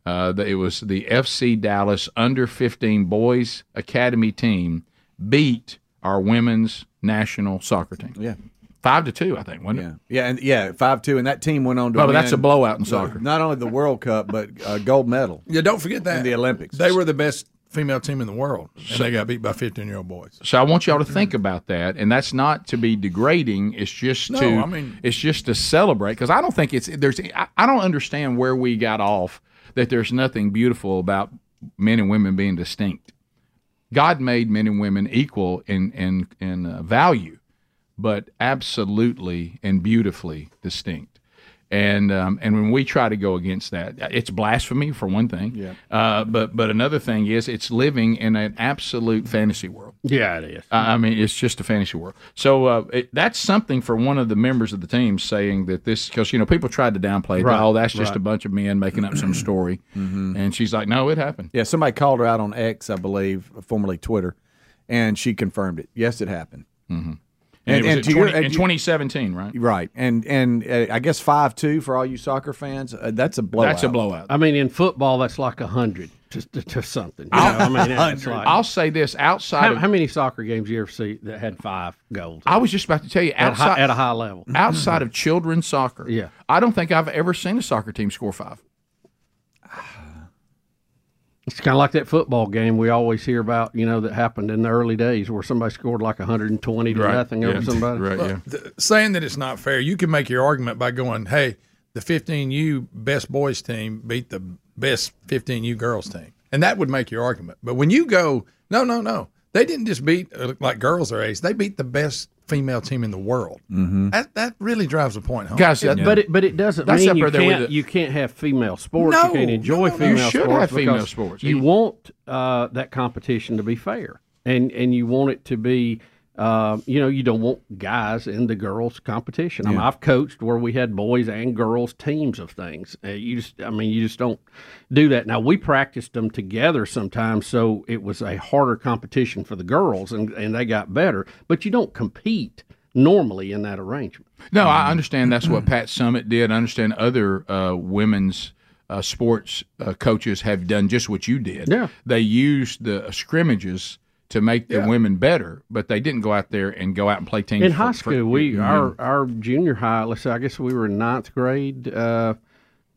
S1: Uh, that it was the FC Dallas under fifteen boys academy team beat our women's national soccer team.
S3: Yeah.
S1: five to two, I think. Wasn't
S3: Yeah,
S1: it?
S3: yeah, and yeah, five two, and that team went on to
S1: Well, but
S3: win.
S1: that's a blowout in soccer.
S3: Not only the World Cup, but uh, gold medal.
S4: Yeah, don't forget that.
S3: In the Olympics.
S4: They were the best female team in the world, and they got beat by 15 year old boys.
S1: So I want y'all to think
S4: Mm-hmm.
S1: about that, and that's not to be degrading. It's just
S4: No,
S1: to
S4: I mean-
S1: it's just to celebrate because I don't think it's there's I, I don't understand where we got off that there's nothing beautiful about men and women being distinct. God made men and women equal in in in uh, value, but absolutely and beautifully distinct. And um, and when we try to go against that, it's blasphemy for one thing. Yeah. Uh, but but another thing is it's living in an absolute fantasy world.
S2: Yeah, it is.
S1: I I mean, it's just a fantasy world. So uh, it, that's something for one of the members of the team saying that this because you know people tried to downplay it. Oh, that's just a bunch of men making
S2: [CLEARS THROAT]
S1: up some story, and she's like, "No, it happened."
S3: Mm-hmm. Yeah, somebody called her out on X, I believe, formerly Twitter, and she confirmed it. Yes, it happened.
S1: Mm-hmm. And,
S3: And-
S1: it was
S3: and
S1: in
S3: to your-
S1: 20 in
S3: and you-
S1: 2017, right?
S3: Right, and and uh, I guess five two for all you soccer fans. Uh, that's a blowout.
S1: That's a blowout.
S2: I mean, in football, that's like a hundred. to, to, to something. You know, I mean, it's like-
S1: I'll say this outside
S2: how,
S1: of.
S2: how many soccer games you ever see that had five goals
S1: I was just about to tell you
S2: at, a high,
S1: outside
S2: at a high level?
S1: [LAUGHS] Mm-hmm. outside of children's soccer.
S2: Yeah.
S1: I don't think I've ever seen a soccer team score five.
S2: [LAUGHS] It's kind of like that football game we always hear about, you know, that happened in the early days where somebody scored like 120 to nothing over somebody.
S1: Right. Yeah.
S4: saying that it's not fair, you can make your argument by going, "Hey, the 15U best boys team beat the best 15U girls team," and that would make your argument. But when you go, "No, no, no, they didn't just beat uh, like girls their age; they beat the best female team in the world."
S1: Mm-hmm.
S4: That that really drives the point home.
S1: Guys, that,
S2: But it but it doesn't
S1: That's
S2: mean
S1: up
S2: you
S1: there with
S2: can't,
S1: the-
S2: you can't have female sports.
S4: No,
S2: you can't enjoy
S4: no, no, no.
S2: female
S1: You should
S2: sports.
S1: have female
S2: because
S1: sports.
S2: You
S1: You-
S2: want uh, that competition to be fair, and and you want it to be. Uh, you know, you don't want guys in the girls' competition. I mean, I've coached where we had boys and girls teams of things. Uh, you just, I mean, you just don't do that. Now we practiced them together sometimes, so it was a harder competition for the girls, and and they got better. But you don't compete normally in that arrangement.
S1: No,
S2: Mm-hmm.
S1: I understand that's what Pat Summit did. I understand other uh, women's uh, sports uh, coaches have done just what you did.
S2: Yeah.
S1: They used the uh, scrimmages to make the women better, but they didn't go out there and go out and play teams.
S2: in
S1: for-
S2: high
S1: for-
S2: school we our our junior high let's say i guess we were in ninth grade uh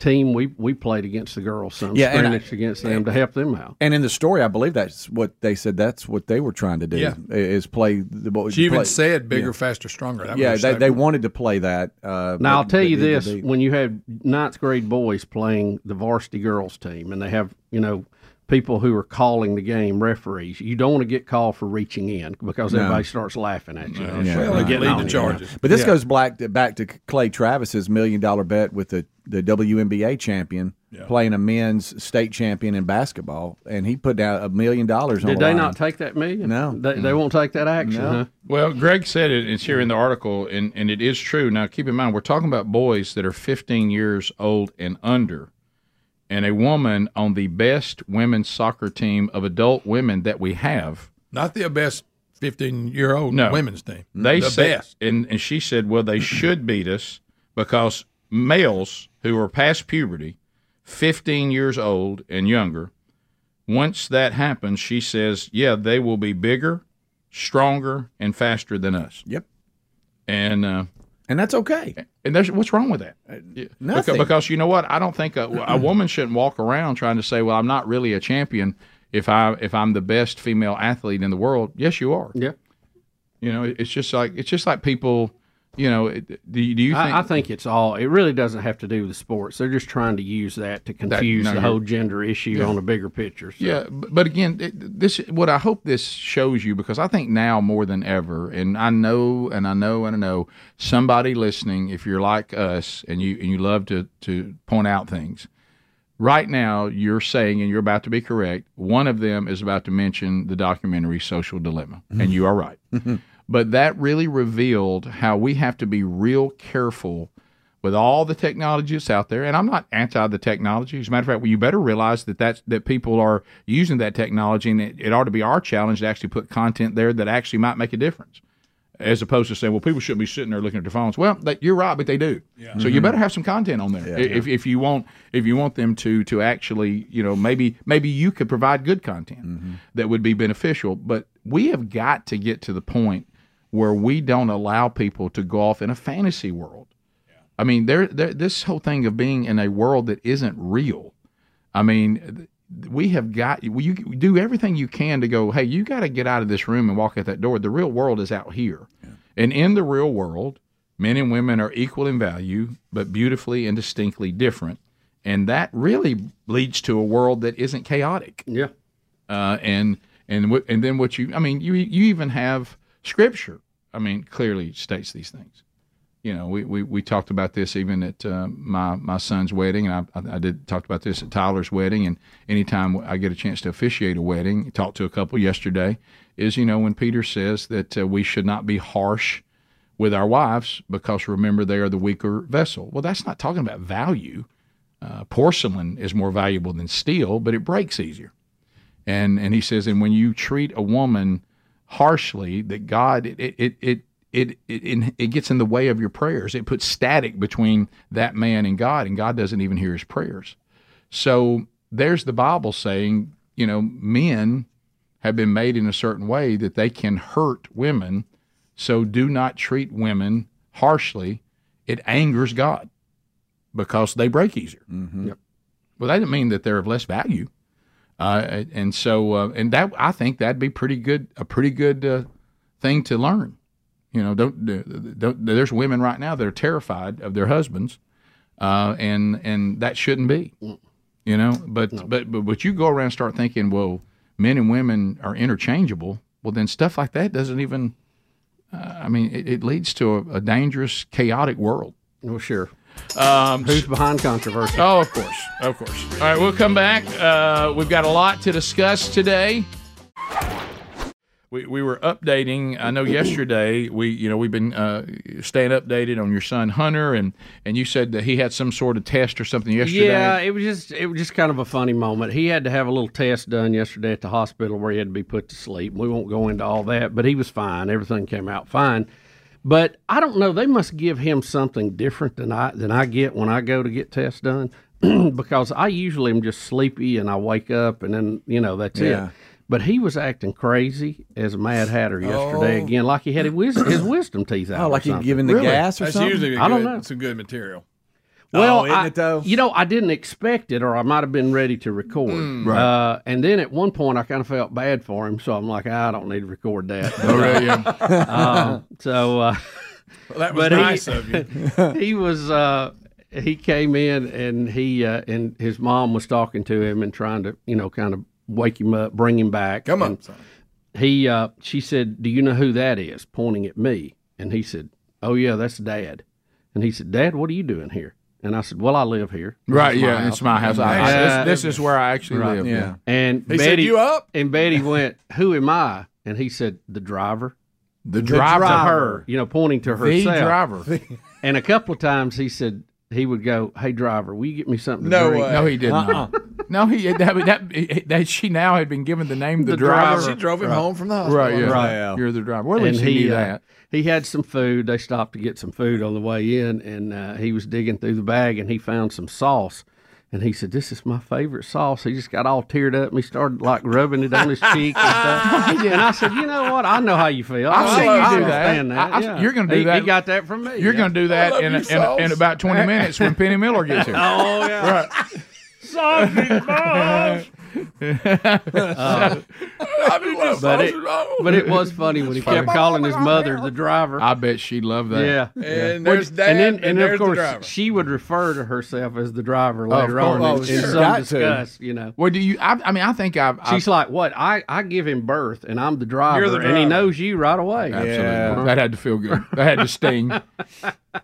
S2: team we we played against the girls some
S3: Yeah, and I-
S2: scrimmaged against them to help them out
S3: And in the story, I believe that's what they said. That's what they were trying to do.
S4: Yeah.
S3: i- is play the. what-
S4: she even
S3: play-
S4: said bigger, faster, stronger. That was
S3: Yeah,
S4: her
S3: they, they
S4: statement.
S3: wanted to play that. Uh, but
S2: now i'll tell
S3: they
S2: you
S3: didn't
S2: this
S3: do-
S2: when you have ninth grade boys playing the varsity girls team and they have you know people who are calling the game referees you don't want to get called for reaching in because everybody starts laughing at you
S4: Well, they could lead the charges.
S3: But this goes back to, back to Clay Travis's million dollar bet with the, the WNBA champion playing a men's state champion in basketball, and he put down a million dollars on.
S2: did they
S3: the
S2: not
S3: line.
S2: take that million
S3: No.
S2: they, they won't take that action huh?
S1: Well, Greg said it. It's here in the article, and, and it is true. Now, keep in mind, we're talking about boys that are 15 years old and under, and a woman on the best women's soccer team of adult women that we have.
S4: not the best fifteen-year-old
S1: No.
S4: women's team.
S1: They
S4: the
S1: said,
S4: best.
S1: And, and she said, well, they should beat us because males who are past puberty, 15 years old and younger, once that happens, she says, yeah, they will be bigger, stronger, and faster than us.
S3: Yep,
S1: And, uh,
S3: and that's okay.
S1: and there's what's wrong with that?
S3: nothing.
S1: Because, because you know what? I don't think a, a woman shouldn't walk around trying to say, "Well, I'm not really a champion if I if I'm the best female athlete in the world." Yes, you are.
S2: yeah
S1: You know, it's just like it's just like people. You know, it, do, do you think?
S2: I, I think it's all. It really doesn't have to do with sports. They're just trying to use that to confuse
S1: no,
S2: the
S1: you're-
S2: whole gender issue on a bigger picture. So.
S1: Yeah, b- but again, it, this what I hope this shows you because I think now more than ever, and I know and I know and I know somebody listening, if you're like us and you and you love to to point out things, right now you're saying and you're about to be correct. One of them is about to mention the documentary Social Dilemma, and you are right. but that really revealed how we have to be real careful with all the technology that's out there. And I'm not anti the technology. As a matter of fact, well, you better realize that that's, that people are using that technology, and it, it ought to be our challenge to actually put content there that actually might make a difference. As opposed to saying, well, people shouldn't be sitting there looking at their phones. Well, they, you're right, but they do. So
S3: Mm-hmm.
S5: Mm-hmm.
S1: you better have some content on there I- if, if you want if you want them to to actually you know maybe maybe you could provide good content that would be beneficial. But we have got to get to the point where we don't allow people to go off in a fantasy world. I mean, there, there, this whole thing of being in a world that isn't real. I mean, th- we have got well, you you do everything you can to go. Hey, you got to get out of this room and walk out that door. The real world is out here, and in the real world, men and women are equal in value, but beautifully and distinctly different. And that really leads to a world that isn't chaotic
S2: Yeah.
S1: uh, and and what and then what you I mean you you even have scripture I mean clearly states these things you know we we, we talked about this even at uh, my my son's wedding and I, I I did talked about this at Tyler's wedding and anytime I get a chance to officiate a wedding talked to a couple yesterday is you know when Peter says that uh, we should not be harsh with our wives because remember they are the weaker vessel well that's not talking about value uh, porcelain is more valuable than steel but it breaks easier and and he says and when you treat a woman harshly that god it it it it it, it, in- it gets in the way of your prayers it puts static between that man and god and god doesn't even hear his prayers so there's the Bible saying, you know, men have been made in a certain way that they can hurt women. So do not treat women harshly. It angers God because they break easier. Well, that didn't mean that they're of less value. Uh, and so, uh, and that I think that'd be pretty good, a pretty good uh, thing to learn. You know, don't, uh, don't there's women right now that are terrified of their husbands, uh, and and that shouldn't be.
S2: Mm.
S1: You know, but but but but you go around and start thinking, well, men and women are interchangeable. Well, then stuff like that doesn't even. Uh, I mean, it, it leads to a, a dangerous, chaotic world.
S2: Well, sure.
S1: Um,
S2: Who's behind controversy?
S1: Oh, of course. Of course. All right, we'll come back. Uh, we've got a lot to discuss today. We, we were updating. I know yesterday we you know we've been uh, staying updated on your son Hunter and and you said that he had some sort of test or something yesterday.
S2: Yeah, it was just it was just kind of a funny moment. He had to have a little test done yesterday at the hospital where he had to be put to sleep. We won't go into all that, but he was fine. Everything came out fine. But I don't know. They must give him something different than I than I get when I go to get tests done, [CLEARS THROAT] because I usually am just sleepy and I wake up and then you know that's
S3: Yeah.
S2: it. But he was acting crazy as a mad hatter yesterday again, like he had his, wis- his wisdom teeth out.
S3: Oh,
S2: or
S3: like you
S2: something.
S3: giving the gas or
S4: That's
S3: something.
S4: usually a
S2: I don't
S4: good-
S2: know.
S4: some good material.
S3: Oh, isn't
S2: I,
S3: it though?
S2: You know, I didn't expect it, or I might have been ready to record.
S1: right.
S2: Uh, and then at one point, I kind of felt bad for him, so I'm like, I don't need to record that.
S3: Oh,
S2: But,
S1: Okay, yeah.
S2: [LAUGHS] um, so uh,
S4: Well, that was
S2: But he-
S4: nice of you.
S2: [LAUGHS] he was uh, he came in, and he uh, and his mom was talking to him and trying to you know kind of wake him up, bring him back.
S4: Come
S2: And
S4: on, son.
S2: he uh, she said, "Do you know who that is?" Pointing at me, and he said, "Oh yeah, that's Dad." And he said, "Dad, what are you doing here?" And I said, "Well, I live here." This
S1: Right,
S2: is my
S1: yeah,
S2: house."
S1: it's my house. I- I-
S2: Yeah.
S1: this, this is where I actually live.
S3: Yeah.
S2: And
S4: He
S2: Betty
S4: said, "You up?"
S2: and Betty went, "Who am I?" And he said, "The driver."
S1: The driver,
S2: to her, you know, pointing to
S1: the
S2: herself.
S1: driver.
S2: [LAUGHS] And a couple of times he said he would go, "Hey driver, will you get me something to
S4: No
S2: drink?" Uh-uh.
S4: way.
S1: No, he didn't. No, he that, that, that she now had been given the name the, driver.
S4: She drove him home from the hospital.
S1: Right, yeah.
S3: Right, yeah.
S1: You're the driver. Well, at
S2: And
S1: least he,
S2: he
S1: knew
S2: uh,
S1: that.
S2: he had some food. They stopped to get some food on the way in, and uh, he was digging through the bag and he found some sauce. And he said, "This is my favorite sauce." He just got all teared up and he started like rubbing it on his cheek and
S1: [LAUGHS]
S2: stuff. And I said, "You know what? I know how you feel.
S1: I've seen
S2: I
S1: you do that.
S2: understand that.
S1: I- I've-
S2: yeah.
S1: you're gonna do
S2: He-
S1: that.
S2: He got that from me.
S1: You're
S2: yeah.
S1: going to do that in, a, in, a, in about 20 minutes when Penny Miller gets here.
S2: [LAUGHS] Oh yeah. but it, but it was funny when he kept calling his mother the driver.
S1: I bet she loved that.
S2: yeah.
S4: And there's dad,
S2: and
S4: and,
S2: then, and,
S4: there's
S2: of
S4: the driver.
S2: course, she would refer to herself as the driver later
S1: course.
S2: on
S3: Oh,
S2: in,
S3: she's
S2: in some
S3: got to.
S2: disgust. You know,
S1: Well, do you? I, I mean, I think I've. I've
S2: she's like, "What? I, I give him birth, and I'm the driver,
S4: the
S2: and he
S4: driver.
S2: knows you right away." Uh-huh.
S1: absolutely. That had to feel good. That had
S4: [LAUGHS]
S1: to sting.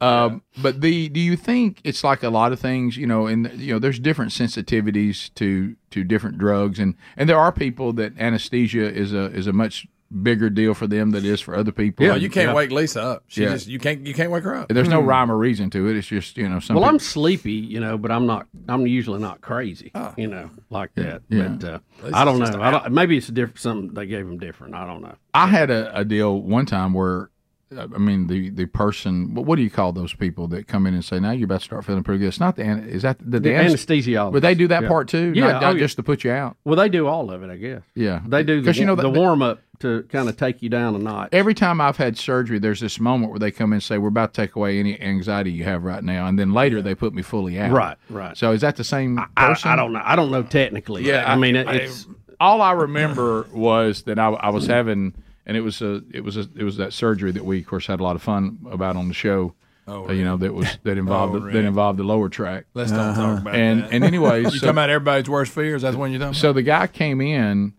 S1: um, but the do you think it's like a lot of things? You know, and you know, there's different sensitivities to to different drugs, and and there are people that anesthesia is a is a much bigger deal for them than it is for other people.
S4: Well, you can't wake Lisa up. She
S1: Yeah.
S4: just you can't you can't wake her up.
S1: There's no rhyme or reason to it. It's just you know. Some
S2: Hmm. Well,
S1: people-
S2: I'm sleepy, you know, but I'm not. I'm usually not crazy, you know, like that. But uh, I don't know. I don't, maybe it's different. Something they gave him different. I don't know.
S1: I had a, a deal one time where, I mean, the the person, what, what do you call those people that come in and say, "Now you're about to start feeling pretty good"? It's not the an- is that the, the,
S2: The
S1: anest-
S2: anesthesiologist.
S1: Would they do that part too?
S2: Yeah,
S1: not, not
S2: oh, yeah.
S1: just to put you out.
S2: Well, they do all of it, I guess.
S1: Yeah,
S2: They do the,
S1: because you know
S2: the
S1: that-
S2: warm up to kind of take you down a notch.
S1: Every time I've had surgery, there's this moment where they come in and say, "We're about to take away any anxiety you have right now," and then later they put me fully out.
S2: Right, right.
S1: So is that the same
S2: I,
S1: person?
S2: I don't know. I don't know technically.
S1: Yeah,
S2: I,
S1: I-
S2: mean, it,
S1: I-
S2: it's
S1: all I remember was that I, I was having, and it was a, it was a, it was that surgery that we, of course, had a lot of fun about on the show. Oh, you know that was
S4: [LAUGHS]
S1: that involved that involved the lower track.
S4: Let's don't
S1: Uh-huh.
S4: talk about
S1: And
S4: that.
S1: and anyway,
S4: [LAUGHS] you
S1: so,
S4: talking about everybody's worst fears? That's when you're talking.
S1: so the guy came in,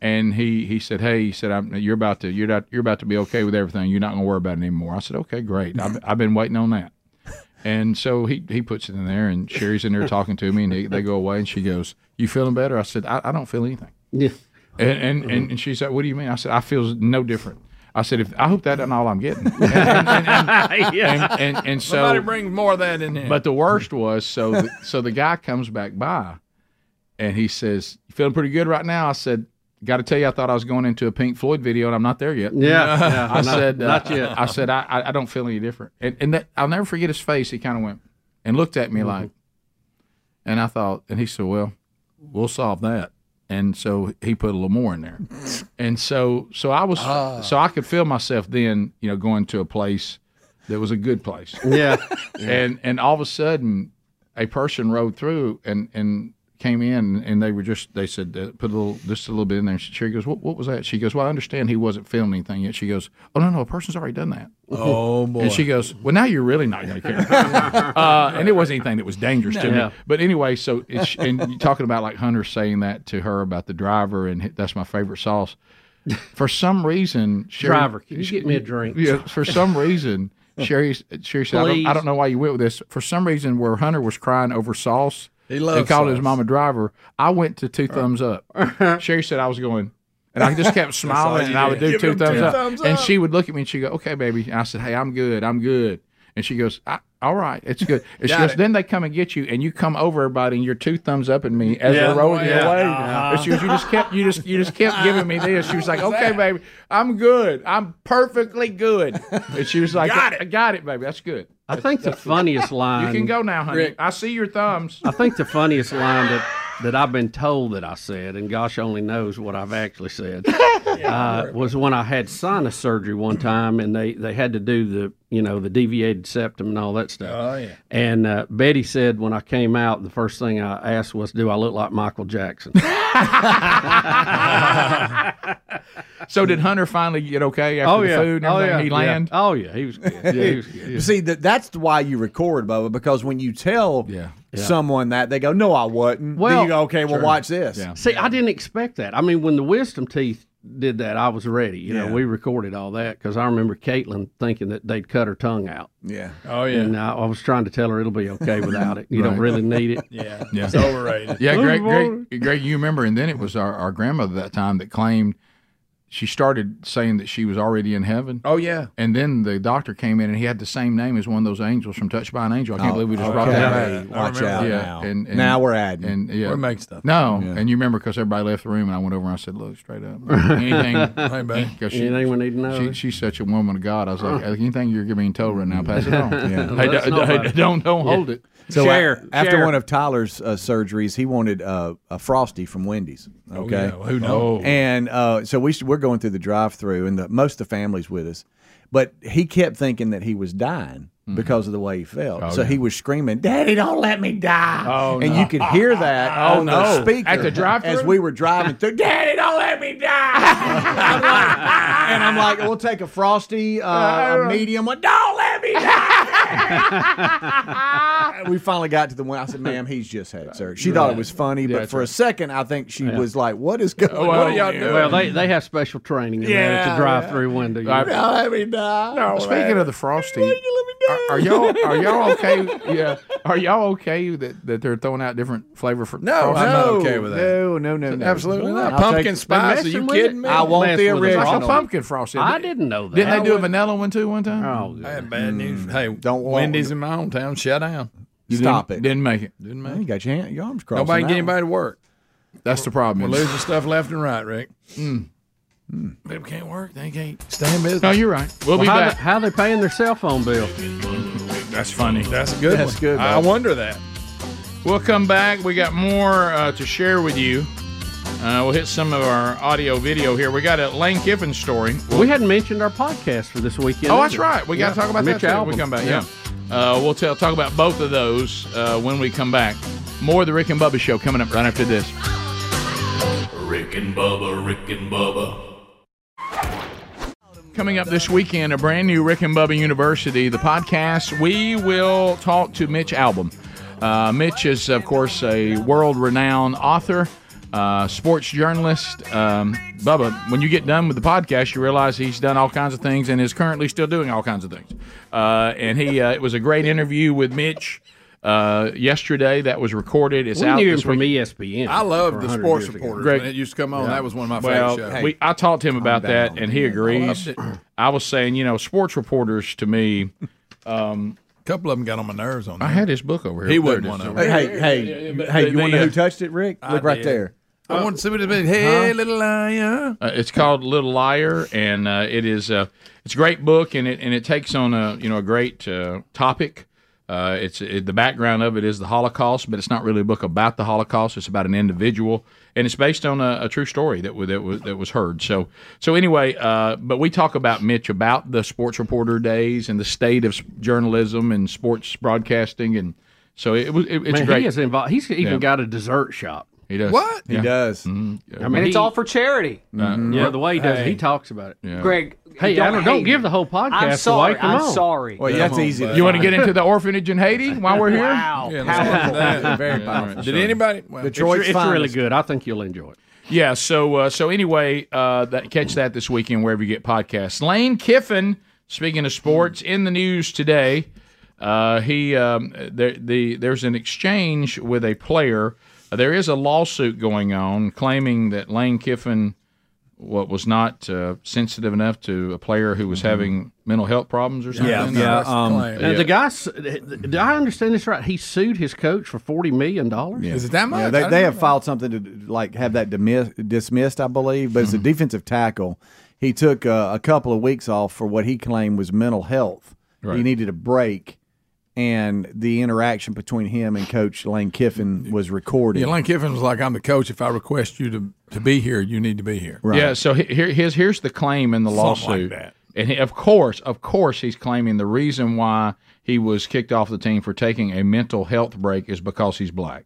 S1: and he he said, "Hey," he said, I'm, "You're about to you're not you're about to be okay with everything. You're not going to worry about it anymore." I said, "Okay, great. I've, I've been waiting on that." And so he he puts it in there, and Sherry's in there talking to me, and he, they go away, and she goes, "You feeling better?" I said, "I, I don't feel anything."
S2: yeah.
S1: And and, and and she said, "What do you mean?" I said, "I feel no different." I said, "If I hope that isn't all I'm getting." And, and,
S4: [LAUGHS]
S1: and, [LAUGHS] and, and, and so,
S4: Somebody bring more of that in here.
S1: but the worst was so the, so the guy comes back by, and he says, "You feeling pretty good right now?" I said, "Got to tell you, I thought I was going into a Pink Floyd video, and I'm not there yet."
S2: Yeah, yeah.
S1: I said, uh,
S2: not yet.
S1: I said, I, I I don't feel any different. And, and that, I'll never
S2: Mm-hmm.
S1: forget his face. He kind of went and looked at me like, and I thought, and he said, well, we'll solve that. And so he put a little more in there.
S4: [LAUGHS]
S1: And so so I was
S4: Ah.
S1: so I could feel myself then, you know, going to a place that was a good
S4: [LAUGHS]
S1: place.
S2: Yeah.
S1: And and all of a sudden a person rode through and and came in and they were just they said uh, put a little just a little bit in there. She goes, What what was that? She goes, Well I understand he wasn't feeling anything yet. She goes, Oh no no, a person's already done that.
S4: Oh boy.
S1: And she goes, "Well, now you're really not going
S4: [LAUGHS]
S1: to care." [LAUGHS] uh, and it wasn't anything that was dangerous to
S2: Yeah.
S1: me. But anyway, so it's, and you're talking about like Hunter saying that to her about the driver, and hi- that's my favorite sauce. For some reason, Sherry,
S2: Driver, can you get me a drink?
S1: Yeah, for some reason, Sherry Sherry said, I don't, "I
S2: Please.
S1: don't know why you went with this." For some reason, where Hunter was crying over sauce,
S4: He loves
S1: and called his
S4: sauce.
S1: mom a driver. I went to two
S4: [LAUGHS]
S1: thumbs up. Sherry said I was going. And I just kept smiling,
S4: you
S1: and I would do
S4: did.
S1: two
S4: Give him
S1: thumbs,
S4: two
S1: up.
S4: thumbs
S1: And
S4: up.
S1: she would look at me and she go, "Okay, baby." And I said, "Hey, I'm good. I'm good." And she goes, I, "All right, it's
S4: [LAUGHS]
S1: good." And she
S4: Got
S1: goes,
S4: it.
S1: "Then they come and get you, and you come over everybody, and you're two thumbs up at me as they're rolling
S4: yeah. Uh-huh.
S1: away." And she goes, "You
S4: [LAUGHS]
S1: just kept, you just, you just kept giving me this." She was like, "Okay, baby, I'm good. I'm perfectly good." And she was like, "Got it, I got it, baby. That's good.
S2: I think the funniest line.
S1: You can go now, honey.
S4: Rick.
S1: I see your thumbs."
S2: I think the funniest line that, that I've been told that I said, and gosh only knows what I've actually
S3: [LAUGHS]
S2: said, uh, was when I had sinus surgery one time, and they, they had to do the you know the deviated septum and all that stuff. Oh yeah. And uh, Betty said when I came out, the first thing I asked was, "Do I look like Michael Jackson?"
S1: So did Hunter finally get okay after the food? And
S2: oh
S1: everything?
S2: yeah.
S1: He land.
S2: Yeah. Oh yeah. He was good. Yeah, he was good.
S3: See that that's why you record, Bubba, because when you tell
S1: Yeah.
S3: someone that, they go, "No, I wasn't." then
S2: Well,
S3: you go, "Okay, well, watch this."
S1: Yeah.
S2: See, I didn't expect that. I mean, when the wisdom teeth did that, I was ready. You know, we recorded all that because I remember Caitlin thinking that they'd cut her tongue out,
S3: Yeah.
S4: oh yeah.
S2: and I, I was trying to tell her it'll be okay without it. You don't really need
S1: [LAUGHS]
S2: it.
S4: yeah. It's overrated.
S1: Yeah,
S2: Those
S1: great,
S2: were-
S1: great, great. You remember, and then it was our, our grandmother that time that claimed she started saying that she was already in heaven.
S4: Oh yeah.
S1: And then the doctor came in and he had the same name as one of those angels from Touched by an Angel. I
S2: Oh,
S1: can't believe we just brought that up.
S3: Okay, watch
S4: remember
S3: out
S1: that. Yeah,
S3: now.
S1: and- and-
S3: now we're adding.
S1: And yeah,
S4: We're making stuff.
S1: no, and you remember because everybody left the room and I went over and I said, "Look straight
S2: [LAUGHS]
S1: up, anything."
S4: Hey, buddy.
S1: Because she,
S2: Anything we need to know?
S1: she, she's such a woman of God. I was like, anything you're being told right now, pass it on. Hey,
S2: [LAUGHS] Let us
S1: don't-
S2: know about
S1: don't,
S2: it.
S1: don't don't hold it.
S3: So
S2: Share,
S3: a- after
S2: share.
S3: one of Tyler's uh, surgeries, he wanted uh, a frosty from Wendy's.
S1: Oh,
S3: Okay,
S4: Who knows?
S3: and uh, so we we're going through the drive-through, and the, most of the family's with us, but he kept thinking that he was dying.
S1: Mm-hmm.
S3: Because of the way he felt,
S1: Oh,
S3: so he was screaming, "Daddy, don't let me die!" Oh, and you could hear
S1: [LAUGHS]
S3: that on the speaker
S1: Oh, At the drive-thru?
S3: as we were driving through. Daddy,
S1: [LAUGHS]
S3: don't let me die! I'm like- and I'm like, "We'll take a frosty,
S1: [LAUGHS]
S3: uh, a medium one. Don't let me die!"
S1: [LAUGHS]
S3: we finally got to the one. I said, "Ma'am, he's just
S4: [LAUGHS]
S3: had surgery." She thought it was funny, but for a second, I think she was like, "What is going
S1: Oh, Well,
S3: on?"
S1: yeah,
S3: here?
S2: well, they, they have special training in there at
S3: Yeah,
S2: the drive-through window.
S1: I-
S3: I mean, nah.
S1: Speaking of the frosty, are, are y'all are y'all okay? Yeah, are y'all okay that, that they're throwing out different flavor for?
S4: No,
S1: frosty?
S4: I'm not okay with that.
S3: No, no, no, no.
S4: Absolutely not.
S3: I'll
S4: Pumpkin
S3: take-
S4: spice? Are
S2: messing
S4: you
S2: with it.
S4: kidding me?
S3: I want
S2: Mess
S3: the
S2: with it.
S1: It's like a
S3: original.
S1: pumpkin frosty.
S2: I didn't know that.
S1: Didn't they do a vanilla one too one time? Hmm.
S2: Oh, good.
S4: I had bad news. Hey,
S3: Don't
S4: don't
S3: want-
S4: Wendy's in my hometown. Shut down.
S3: Stop it.
S1: Didn't make it. Didn't
S3: Man,
S1: make
S3: you
S1: it.
S3: got your, hand, your arms crossed.
S4: Nobody
S3: on
S4: get
S3: that one.
S4: anybody to work.
S1: That's the problem.
S4: We're
S1: isn't it?
S4: losing stuff left and right, Rick.
S1: People can't work. They can't.
S4: Stay in business.
S1: Hmm. No, you're right. We'll, be
S2: how,
S1: back.
S2: how they paying their cell phone bill?
S1: That's funny.
S4: That's a good.
S3: That's
S4: one.
S3: good,
S4: I
S3: Bob.
S4: wonder that.
S1: We'll come back. We got more uh, to share with you. Uh, we'll hit some of our audio video here. We got a Lane Kiffin story.
S2: We hadn't mentioned our podcast for this weekend.
S1: Oh, that's
S2: either.
S1: right. We got to
S2: Yeah.
S1: talk about
S2: Mitch
S1: that. too.
S2: Albom.
S1: We come back. Yeah. Uh, we'll tell, talk about both of those uh, when we come back. More of the Rick and Bubba show coming up right after this.
S6: Rick and Bubba, Rick and Bubba.
S1: Coming up this weekend, a brand new Rick and Bubba University, the podcast. We will talk to Mitch Album. Uh, Mitch is, of course, a world renowned author, uh, sports journalist. Um, Bubba, when you get done with the podcast, you realize he's done all kinds of things and is currently still doing all kinds of things. Uh, and he, uh, it was a great interview with Mitch uh, yesterday that was recorded. It's
S2: We
S1: out
S2: knew him
S1: this
S2: from E
S1: week.
S2: ESPN.
S4: I love
S2: for
S4: the
S2: 100
S4: sports
S2: years ago.
S4: reporters
S1: Greg-
S4: when it used to come on. That was one of my
S1: Well,
S4: favorite shows.
S1: we, I talked to him about
S3: down
S1: that,
S3: on
S1: and he agrees. I was saying, you know, sports reporters to me. um,
S4: a couple of them got on my nerves on that.
S1: I had his book over here.
S4: he
S1: There it
S4: wasn't
S1: is.
S4: one of
S3: Hey,
S4: them.
S3: hey, hey, hey! You
S1: the,
S3: want to know
S1: uh,
S3: who touched it, Rick? Look right
S4: did.
S3: there.
S4: I want to see what it been. Hey, little lion.
S1: Uh, it's called Little Liar, and uh, it is uh, it's a great book, and it and it takes on a you know a great uh, topic. Uh, it's it, the background of it is the Holocaust, but it's not really a book about the Holocaust. It's about an individual, and it's based on a, a true story that was that was that was heard. So so anyway, uh, but we talk about Mitch about the sports reporter days and the state of s- journalism and sports broadcasting, and so it was it, it's
S2: Man,
S1: great.
S2: he is involved. He's even
S1: Yeah.
S2: got a dessert shop.
S1: He does Mm-hmm.
S4: What?
S3: He does.
S2: I mean,
S13: And it's
S2: he-
S13: all for charity.
S1: uh,
S2: yeah, the way he does it, he talks about it.
S1: Yeah.
S13: Greg,
S2: Hey,
S13: don't,
S2: I don't, don't
S13: hate
S2: give
S13: me.
S2: the whole podcast
S13: I'm sorry.
S2: away. Come
S13: I'm
S2: on.
S13: sorry.
S3: Well, that's easy. To
S1: You want to get into the orphanage in Haiti while we're here?
S13: wow.
S4: Yeah, let's
S13: Powerful.
S4: look at that.
S3: Very
S1: all right.
S3: powerful.
S4: Did anybody? Well,
S2: It's,
S3: Detroit's
S2: it's really
S3: finest.
S2: good. I think you'll enjoy it.
S1: Yeah. So uh, so anyway, uh, that, catch that this weekend wherever you get podcasts. Lane Kiffin. Speaking of sports, in the news today, uh, he um, there, the there's an exchange with a player. There is a lawsuit going on claiming that Lane Kiffin what was not uh, sensitive enough to a player who was having mental health problems or something.
S3: Yeah,
S4: Yeah,
S3: yeah.
S4: that's the claim.
S2: Now, the guy, s- did I understand this right? He sued his coach for $40 million? Yeah.
S4: Is it that much?
S3: Yeah,
S4: I
S3: they,
S4: don't
S3: they
S4: know.
S3: have filed something to like have that dismiss, dismissed, I believe. But as a
S4: Hmm.
S3: defensive tackle, he took uh, a couple of weeks off for what he claimed was mental health. He needed a break, and the interaction between him and Coach Lane Kiffin was recorded.
S4: Yeah, Lane Kiffin was like, "I'm the coach. If I request you to to be here, you need to be here."
S3: Right.
S1: Yeah. So he- here, here's here's the claim in the
S4: Something like
S1: lawsuit,
S4: that.
S1: and he, of course, of course, he's claiming the reason why he was kicked off the team for taking a mental health break is because he's black.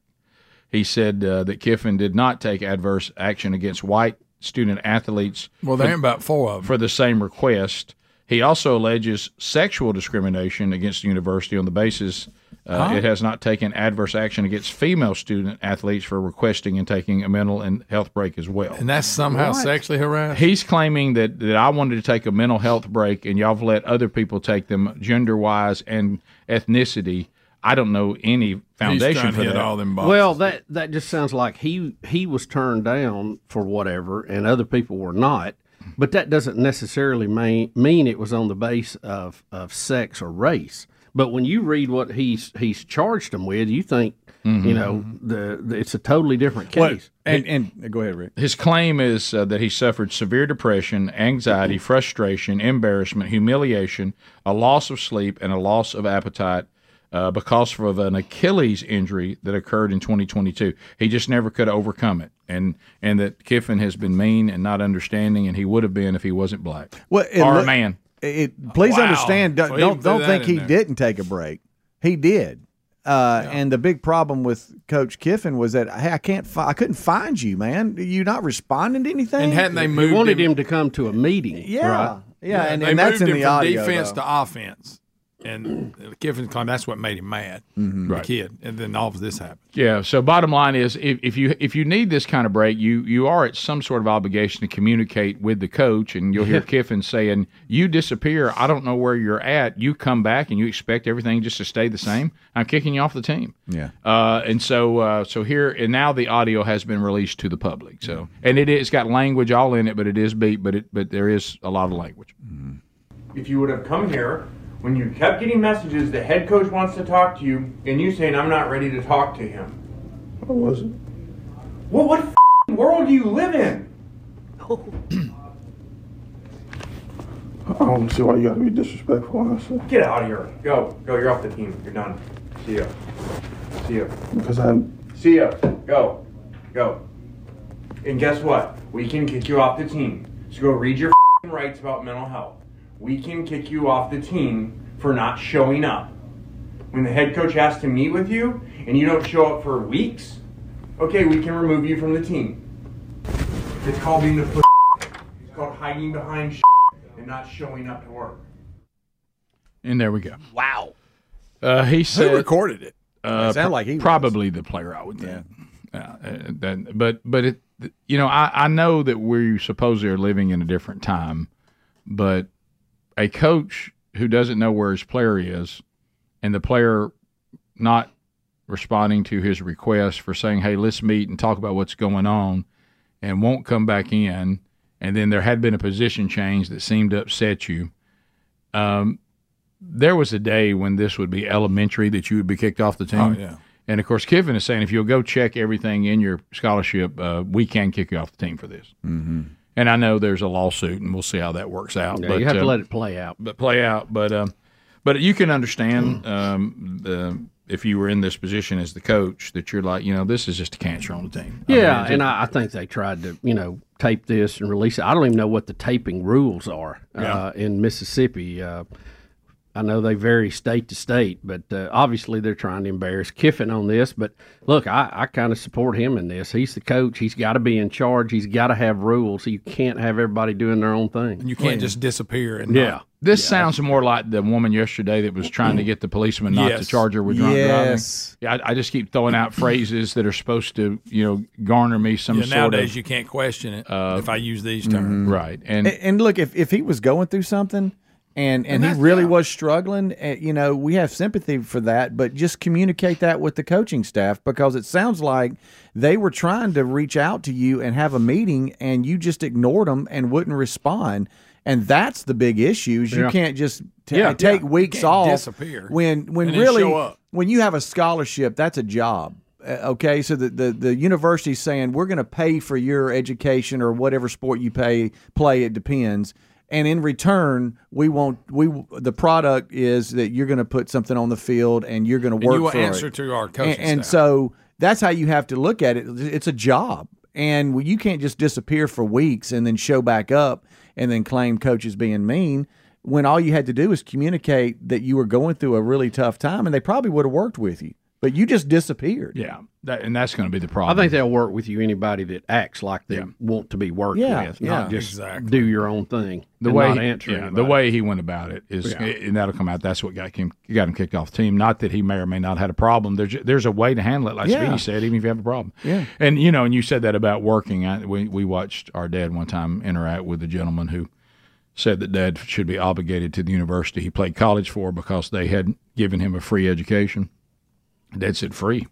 S1: He said uh, that Kiffin did not take adverse action against white student athletes
S4: Well, there ain't about four of them.
S1: for the same request. He also alleges sexual discrimination against the university on the basis uh, it has not taken adverse action against female student athletes for requesting and taking a mental and health break as well.
S4: and that's somehow sexually harassed.
S1: He's claiming that, that I wanted to take a mental health break, and y'all have let other people take them gender wise and ethnicity. I don't know any
S4: He's
S1: foundation
S4: trying to
S1: for
S4: hit
S1: that.
S4: all them boxes.
S2: Well, that that just sounds like he he was turned down for whatever, and other people were not. But that doesn't necessarily mean mean it was on the base of of sex or race. But when you read what he's he's charged him with, you think
S1: Mm-hmm.
S2: you know the, the it's a totally different case.
S3: and, and go ahead, Rick.
S1: His claim is uh, that he suffered severe depression,
S3: Mm-hmm.
S1: anxiety, frustration, embarrassment, humiliation, a loss of sleep, and a loss of appetite uh, because of an Achilles injury that occurred in 2022. He just never could overcome it, and and that Kiffin has been mean and not understanding, and he would have been if he wasn't black
S3: Well, it
S1: or a
S3: look-
S1: man.
S3: It, please
S4: Wow.
S3: understand. Don't
S4: Well, he
S3: don't,
S4: threw
S3: don't
S4: that
S3: think
S4: in
S3: he
S4: there.
S3: didn't take a break. He did. Uh, And the big problem with Coach Kiffin was that hey, I can't, fi- I couldn't find you, man. You not responding to anything.
S4: and hadn't they moved
S2: They wanted
S4: him,
S2: him to come to a meeting.
S3: yeah,
S2: right?
S3: yeah, and,
S4: they
S3: and that's in
S4: moved him
S3: the
S4: from
S3: audio.
S4: defense
S3: though. Mm-hmm.
S4: to offense. And Kiffin claimed that's what made him mad, the kid. And then all of this happened.
S1: Yeah. So, bottom line is, if, if you if you need this kind of break, you you are at some sort of obligation to communicate with the coach, and you'll hear Kiffin saying, "You disappear. I don't know where you're at. You come back, and you expect everything just to stay the same. I'm kicking you off the team."
S3: Yeah.
S1: Uh, and so uh, so here and now the audio has been released to the public. So and it is got language all in it, but it is beat, but it but there is a lot of language.
S10: if you would have come here when you kept getting messages the head coach wants to talk to you and you saying i'm not ready to talk to him i wasn't well what f***ing world do you live in
S14: I don't see why you gotta be disrespectful, honestly.
S10: get out of here go go you're off the team you're done see ya see ya
S14: Because I,
S10: see ya go go and guess what we can kick you off the team so go read your f***ing rights about mental health we can kick you off the team for not showing up when the head coach asks to meet with you and you don't show up for weeks, okay, we can remove you from the team. It's called being a pussy. It's called hiding behind shit and not showing up to work.
S1: And there we go. Wow. Uh, he said.
S4: Who recorded it?
S1: Uh,
S3: sound
S1: pr-
S3: like he was.
S1: probably the player. I would think. Yeah. uh, that- but but it, you know, I, I know that we supposedly are living in a different time, but a coach who doesn't know where his player is, and the player not responding to his request for saying, "Hey, let's meet and talk about what's going on," and won't come back in, and then there had been a position change that seemed to upset you. Um, there was a day when this would be elementary that you would be kicked off the team.
S4: Oh, yeah.
S1: And of course, Kiffin is saying if you'll go check everything in your scholarship, uh, we can kick you off the team for this. Mm-hmm. And I know there's a lawsuit, and we'll see how that works out.
S2: Yeah,
S1: but
S2: you have
S1: uh,
S2: to let it play out.
S4: uh,
S1: but play out. But um, But you can
S2: Mm.
S1: understand um, the, if you were in this position as the coach that you're like, you know, this is just a cancer on the team.
S2: Yeah, and I, I think they tried to, you know, tape this and release it. I don't even know what the taping rules are uh, in Mississippi. Uh, I know they vary state to state, but uh, obviously they're trying to embarrass Kiffin on this. But look, I, I kind of support him in this. He's the coach. He's got to be in charge. He's got to have rules. You can't have everybody doing their own thing.
S4: You can't just disappear. And
S2: Yeah.
S1: This sounds more like the woman yesterday that was trying to get the policeman not to
S4: Yes.
S1: charge her with drunk
S3: Yes.
S1: driving. Yeah, I, I just keep throwing out phrases that are supposed to, you know, garner me some
S4: Not, yeah,
S1: sort
S4: nowadays,
S1: of
S4: you can't question it
S8: uh,
S4: if I use these
S8: mm-hmm,
S4: terms.
S1: right. And
S3: And, and look, if, if he was going through something and, and, he really was struggling, eh, you know, we have sympathy for that, but just communicate that with the coaching staff because it sounds like they were trying to reach out to you and have a meeting and you just ignored them and wouldn't respond. And that's the big issue is you can't just ta-
S2: Yeah.
S3: take weeks
S4: can't
S3: off
S4: disappear
S3: when when
S4: and then
S3: really
S4: show up.
S3: when you have a scholarship, that's a job. Uh, okay, so the, the, the university's saying we're going to pay for your education or whatever sport you pay play. It depends, and in return, we won't. We the product is that you're going to put something on the field and you're going to
S4: You
S3: work
S4: will
S3: for
S4: answer
S3: it.
S4: to our
S3: And-
S4: coaching
S3: and,
S4: staff.
S3: so that's how you have to look at it. It's a job, and you can't just disappear for weeks and then show back up and then claim coaches being mean when all you had to do was communicate that you were going through a really tough time, and they probably would have worked with you, but you just disappeared.
S1: yeah, that, and that's going to be the
S2: I
S1: problem.
S2: think they'll work with you anybody that acts like they want to be worked
S3: Yeah,
S2: with, not
S3: yeah.
S2: just
S4: Exactly.
S2: do your own thing.
S1: the
S2: and
S1: way
S2: not
S1: he-
S2: answer
S1: yeah, the
S2: anybody.
S1: way he went about it is, and that'll come out. That's what got him got him kicked off the team. Not that he may or may not had a problem. There's there's a way to handle it, like
S3: Yeah.
S1: Speedy said, even if you have a problem.
S3: Yeah.
S1: And you know, and you said that about working. I, we we watched our dad one time interact with a gentleman who said that dad should be obligated to the university he played college for because they had given him a free education. Dad said free.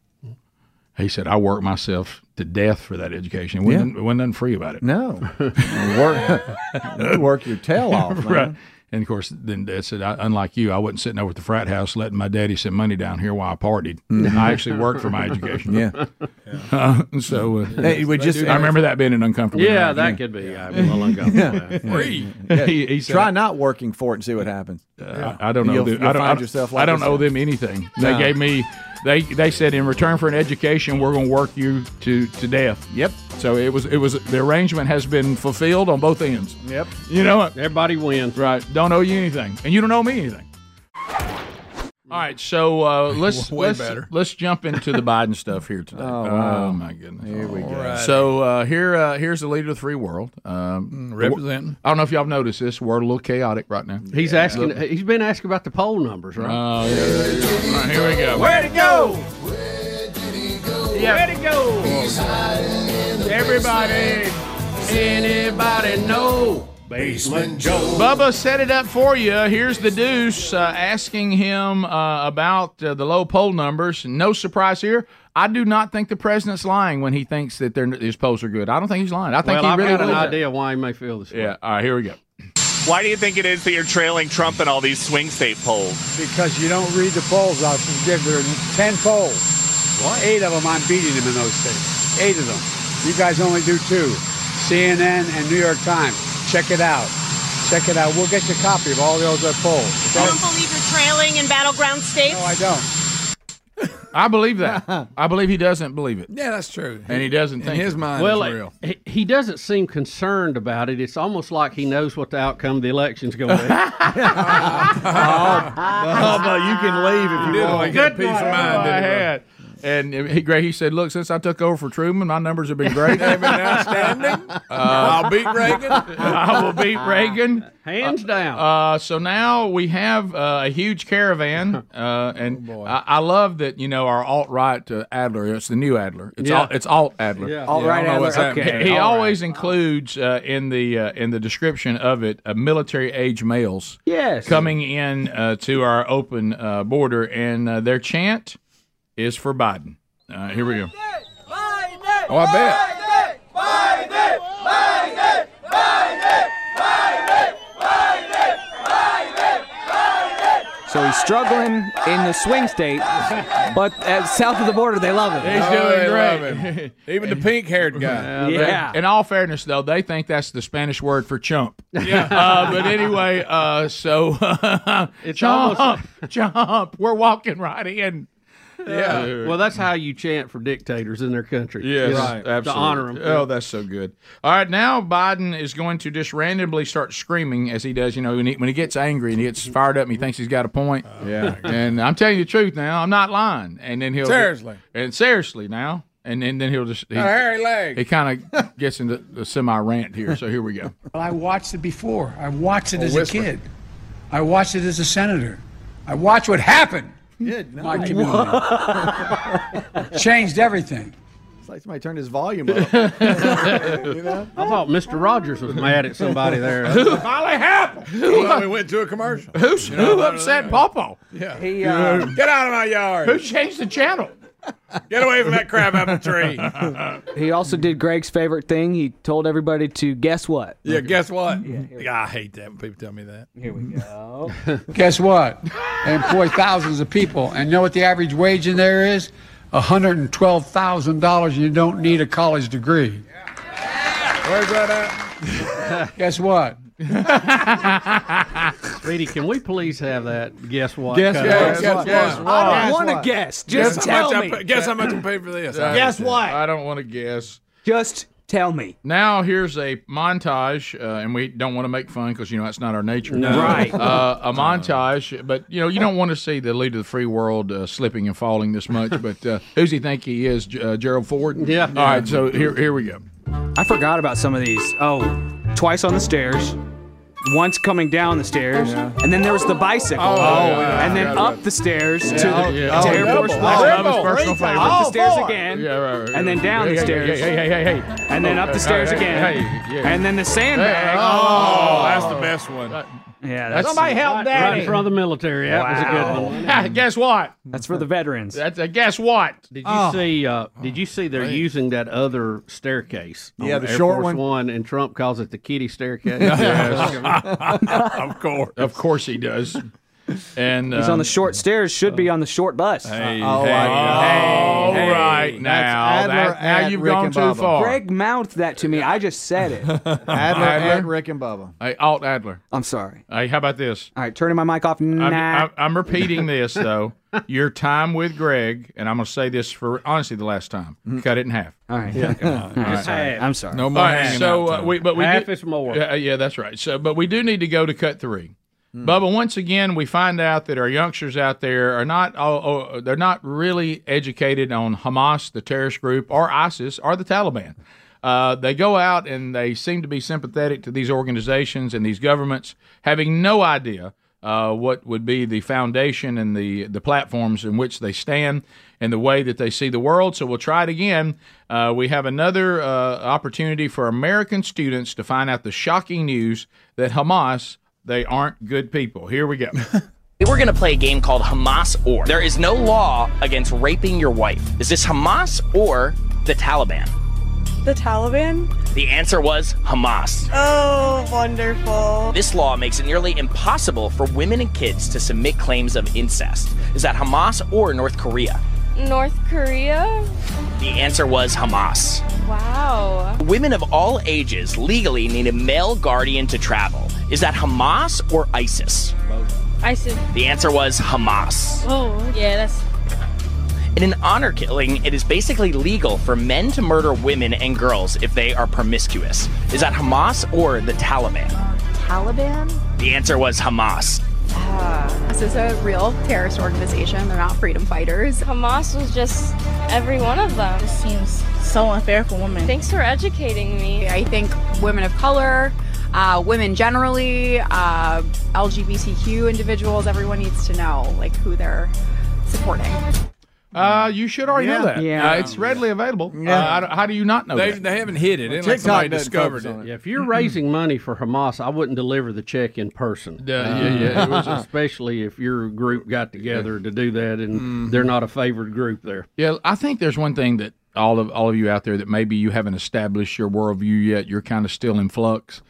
S1: He said, "I worked myself to death for that education. It wasn't, it wasn't nothing free about it. [LAUGHS]
S3: No, work, you work your tail off, man.
S1: Right. And of course, then Dad said, I, unlike you, I wasn't sitting over at the frat house letting my daddy send money down here while I partied. I actually worked for my education.
S3: Yeah,
S1: [LAUGHS] And [LAUGHS] so uh,
S3: Hey, it would just
S1: I remember that being an uncomfortable.
S2: yeah,
S1: night.
S2: that could be. I'm a little
S3: [LAUGHS]
S2: uncomfortable. with
S1: [LAUGHS]
S2: that.
S4: Free.
S1: he, he said, uh,
S3: try not working for it and see what happens.
S1: I, I don't know.
S3: You'll-
S1: the-
S3: you'll
S1: I don't, I
S3: find
S1: don't-
S3: yourself
S1: I
S3: like
S1: don't
S3: this
S1: owe
S3: guy.
S1: them anything. They
S3: No.
S1: gave me. They they said in return for an education, we're going to work you to, to death. Yep. So it was it was the arrangement has been fulfilled on both ends.
S3: Yep.
S1: You know it.
S2: Everybody wins.
S1: Right. Don't owe you anything, and you don't owe me anything. All right, so uh,
S7: [LAUGHS]
S1: let's
S4: Way
S1: let's,
S4: better.
S1: let's jump into the Biden stuff here today. [LAUGHS] Oh, my goodness! Here we go.
S4: Alrighty.
S1: So uh, here uh, here's the leader of the free world. Um,
S4: Representing.
S1: I don't know if y'all noticed this. We're a little chaotic right now.
S2: He's asking. He's been asking about the poll numbers, right?
S1: Oh, yeah. All right, here we go. Where to go? Where did he go? Where to go? Everybody, anybody know?
S15: Basement Joe.
S1: Bubba set it up for you. Here's the deuce uh, asking him uh, about uh, the low poll numbers. No surprise here. I do not think the president's lying when he thinks that they're, his polls are good. I don't think he's lying. I
S2: well,
S1: think he
S2: I've
S1: really
S2: got an
S1: believes that.
S2: idea why he may feel this way.
S1: Yeah. All right. Here we go.
S6: Why do you think it is that you're trailing Trump in all these swing state polls?
S16: because you don't read the polls out. Give there are ten polls. What? Eight of them, I'm beating him in those states. Eight of them. You guys only do two. CNN and New York Times. Check it out. Check it out. We'll get you a copy of all the other polls. okay?
S7: believe you're trailing in battleground states?
S16: No, I don't.
S1: I believe [LAUGHS] that. I believe he doesn't believe it,
S4: Yeah, that's true.
S1: and he doesn't
S4: in
S1: think
S4: his
S1: it.
S4: mind,
S2: Well,
S4: it's real.
S2: he, he doesn't seem concerned about it. It's almost like he knows what the outcome of the election's going
S4: [LAUGHS]
S1: [LAUGHS]
S2: to
S1: Oh,
S3: Bubba, you can leave if you
S4: Did
S3: want.
S4: like that peace of
S1: Oh,
S4: mind,
S1: I
S4: didn't he, bro?
S1: had. And he, Gray, he said, "Look, since I took over for Truman, my numbers have been great. Uh,
S4: They've been outstanding.
S7: [LAUGHS]
S4: I'll beat Reagan.
S1: I will beat Reagan."
S2: be. Hands down.
S1: Uh, so now we have uh, a huge caravan, uh, and
S17: Oh,
S1: I, I love that you know our alt right uh, Adler. It's the new Adler. It's
S2: Yeah.
S1: alt, it's alt Adler.
S17: All right,
S4: know
S17: Adler.
S4: what's happening.
S17: Okay.
S1: He
S17: all right.
S1: always includes uh, in the uh, in the description of it uh, military age males
S2: yes.
S1: coming in uh, to our open uh, border, and uh, their chant is for Biden. Uh, here we go.
S4: Oh, I bet.
S8: So he's struggling in the swing state, but at south of the border, they love him.
S4: He's doing great.
S1: [LAUGHS]
S4: Even the pink haired [LAUGHS] guy.
S1: Yeah. In all fairness, though, they think that's the Spanish word for chump. [LAUGHS] Yeah. Uh, but anyway, uh, so [LAUGHS] [LAUGHS] it's chump, chump. We're walking right in.
S2: Uh, well, that's how you chant for dictators in their country.
S1: Yes,
S2: is
S1: absolutely.
S2: To honor them.
S1: Oh, that's so good. All right, now Biden is going to just randomly start screaming as he does. You know, when he, when he gets angry and he gets fired up and he thinks he's got a point.
S4: Uh, yeah.
S1: [LAUGHS] and I'm telling you the truth now. I'm not lying. And then he'll
S4: Seriously.
S1: and seriously now. And, and then he'll just he,
S4: A hairy leg.
S1: He kind of gets into the semi rant here. So here
S4: [LAUGHS]
S1: we go.
S16: Well, I watched it before. I watched it
S1: Or
S16: as
S1: whisper.
S16: a kid. I watched it as a senator. I watched what happened.
S1: [LAUGHS]
S3: Good
S16: My
S3: night.
S16: community. Changed everything.
S3: [LAUGHS] It's like somebody turned his volume
S1: [LAUGHS]
S3: up. you know?
S2: I thought Mr. Rogers was mad at somebody
S1: [LAUGHS]
S2: there.
S4: Finally happened. Well, we went to a commercial. Who's,
S1: who
S2: [LAUGHS]
S1: upset Popo?
S4: Yeah.
S8: He,
S1: uh,
S4: Get out of my yard.
S1: Who changed the channel?
S4: Get away from that crab apple tree.
S8: He also did Greg's favorite thing. He told everybody to guess what.
S4: Yeah, guess what? I hate that when people tell me that.
S8: Here we go.
S4: [LAUGHS]
S16: [LAUGHS] Guess what? They employ thousands of people. And know what the average wage in there is? $112,000, and you don't need a college degree.
S4: Where's that
S16: Guess what?
S2: Speedy, can we please have that? Guess what?
S4: Guess
S2: cut?
S4: what? Guess Guess what? what?
S8: I
S4: Guess
S8: don't want to
S4: what?
S8: guess.
S4: Guess
S8: Just
S4: how much
S8: tell
S4: I
S8: me.
S4: pa- guess how much I paid for this.
S8: Guess what?
S1: I don't want to guess.
S8: Just tell me.
S1: Now here's a montage, uh, and we don't want to make fun because you know that's not our nature.
S8: No. Right.
S1: Uh, a montage, but you know you don't want to see the leader of the free world uh, slipping and falling this much. But uh, who's he think he is, G- uh, Gerald Ford?
S2: Yeah.
S1: All right, so Oh, here
S2: [LAUGHS]
S1: here we go.
S8: I forgot about some of these. Oh, twice on the stairs, once coming down the stairs, and then there was the bicycle.
S4: Oh, yeah.
S8: and then
S4: Yeah.
S8: up the stairs to,
S1: Yeah.
S8: the,
S1: Yeah.
S8: to
S1: Oh,
S8: Air
S1: double.
S8: Force
S1: Oh,
S8: One.
S1: double.
S8: Up
S1: Three
S8: personal
S1: times.
S8: favorite. Up the
S1: Oh,
S8: stairs
S1: boy.
S8: again,
S1: Yeah, right, right,
S8: and then
S1: right.
S8: down
S1: Hey,
S8: the
S1: hey,
S8: stairs,
S1: hey, hey, hey, hey, hey.
S8: and then up the
S1: Hey,
S8: stairs
S1: hey,
S8: again,
S1: hey, yeah.
S8: and then the sandbag.
S1: Hey,
S4: Oh,
S1: oh,
S4: that's the best one.
S8: yeah, that's
S1: help
S2: Right in front of the military. That was a good one.
S1: Uh, [LAUGHS] guess what?
S8: that's for the veterans.
S1: That's a guess what?
S2: Did you
S3: Oh.
S8: Oh.
S2: see? Uh, did you see? They're using that other staircase.
S3: Yeah,
S2: on
S3: the
S2: Air
S3: short
S2: Force
S3: one.
S2: and Trump calls it the kitty
S4: [LAUGHS]
S2: staircase.
S4: Of course.
S1: Of course he does. And um, uh,
S8: He's on the short stairs. Should be on the short bus.
S4: oh,
S1: All right now,
S3: Adler
S1: that, now
S3: at
S1: you've
S3: Rick
S1: gone
S3: and
S1: too
S3: Bubba.
S1: far.
S8: Greg mouthed that to me. I just said
S1: [LAUGHS]
S8: it.
S3: Adler,
S1: Adler.
S3: and Rick and Bubba.
S1: Hey, Alt Adler.
S8: I'm sorry.
S1: Hey, how about this?
S8: All right, turning my mic off now.
S1: I'm, I'm, I'm repeating this [LAUGHS] though. Your time with Greg, and I'm going to say this for honestly the last time. Cut it in half.
S8: Mm-hmm. All right. I'm sorry. I'm sorry.
S4: No
S1: All
S4: more.
S1: right.
S4: hanging
S1: So
S4: out
S1: uh, we, but we
S2: Half
S1: do,
S2: is more.
S1: Yeah, yeah, that's right. So, but we do need to go to cut three. Bubba, once again, we find out that our youngsters out there are not oh, oh, they're not really educated on Hamas, the terrorist group, or ISIS, or the Taliban. Uh, they go out and they seem to be sympathetic to these organizations and these governments, having no idea uh, what would be the foundation and the, the platforms in which they stand and the way that they see the world. So we'll try it again. Uh, we have another uh, opportunity for American students to find out the shocking news that Hamas, they aren't good people. Here we go. [LAUGHS]
S18: We're going to play a game called Hamas or. There is no law against raping your wife. Is this Hamas or the Taliban?
S19: [LAUGHS] The Taliban?
S18: The answer was Hamas.
S19: Oh, wonderful.
S18: This law makes it nearly impossible for women and kids to submit claims of incest. Is that Hamas or North Korea?
S19: North Korea?
S18: The answer was Hamas.
S19: Wow.
S18: Women of all ages legally need a male guardian to travel. Is that Hamas or ISIS?
S19: I said,
S18: The answer was Hamas.
S19: oh, yeah, that's.
S18: In an honor killing, it is basically legal for men to murder women and girls if they are promiscuous. Is that Hamas or the Taliban?
S20: Taliban?
S18: The answer was Hamas.
S20: Uh, This is a real terrorist organization. They're not freedom fighters.
S19: Hamas was just every one of them. This seems so unfair for women. Thanks for educating me.
S20: I think women of color, uh, women generally, uh, LGBTQ individuals, everyone needs to know like who they're supporting.
S1: Uh, you should already know that.
S8: Yeah.
S1: Uh, it's readily available.
S3: Yeah.
S1: Uh, I don't- how do you not know
S4: They,
S1: that?
S4: they haven't hit it. It's
S3: TikTok
S4: like somebody
S3: doesn't
S4: discovered
S3: focus
S4: it.
S3: on
S2: Yeah, if you're raising money for Hamas, I wouldn't deliver the check in person. Uh,
S1: Yeah, yeah, yeah. It was a-
S2: especially if your group got together to do that, and
S4: Mm.
S2: they're not a favored group there.
S1: Yeah, I think there's one thing that all of all of you out there that maybe you haven't established your worldview yet. You're kind of still in flux.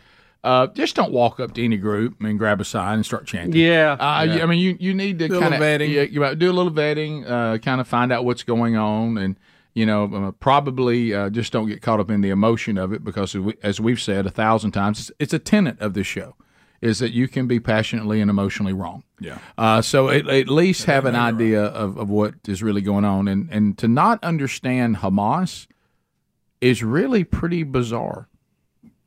S1: Uh, just don't walk up to any group and grab a sign and start chanting.
S5: Yeah.
S1: Uh,
S5: Yeah.
S1: you- I mean, you, you need to
S5: Do a
S1: kind of
S5: little vetting.
S1: Yeah, you might do a little vetting, uh, kind of find out what's going on, and you know, uh, probably uh, just don't get caught up in the emotion of it because, as we- as we've said a thousand times, it's, it's a tenet of this show, is that you can be passionately and emotionally wrong.
S4: Yeah.
S1: Uh, so at, at least have an idea of, of what is really going on, and and to not understand Hamas is really pretty bizarre.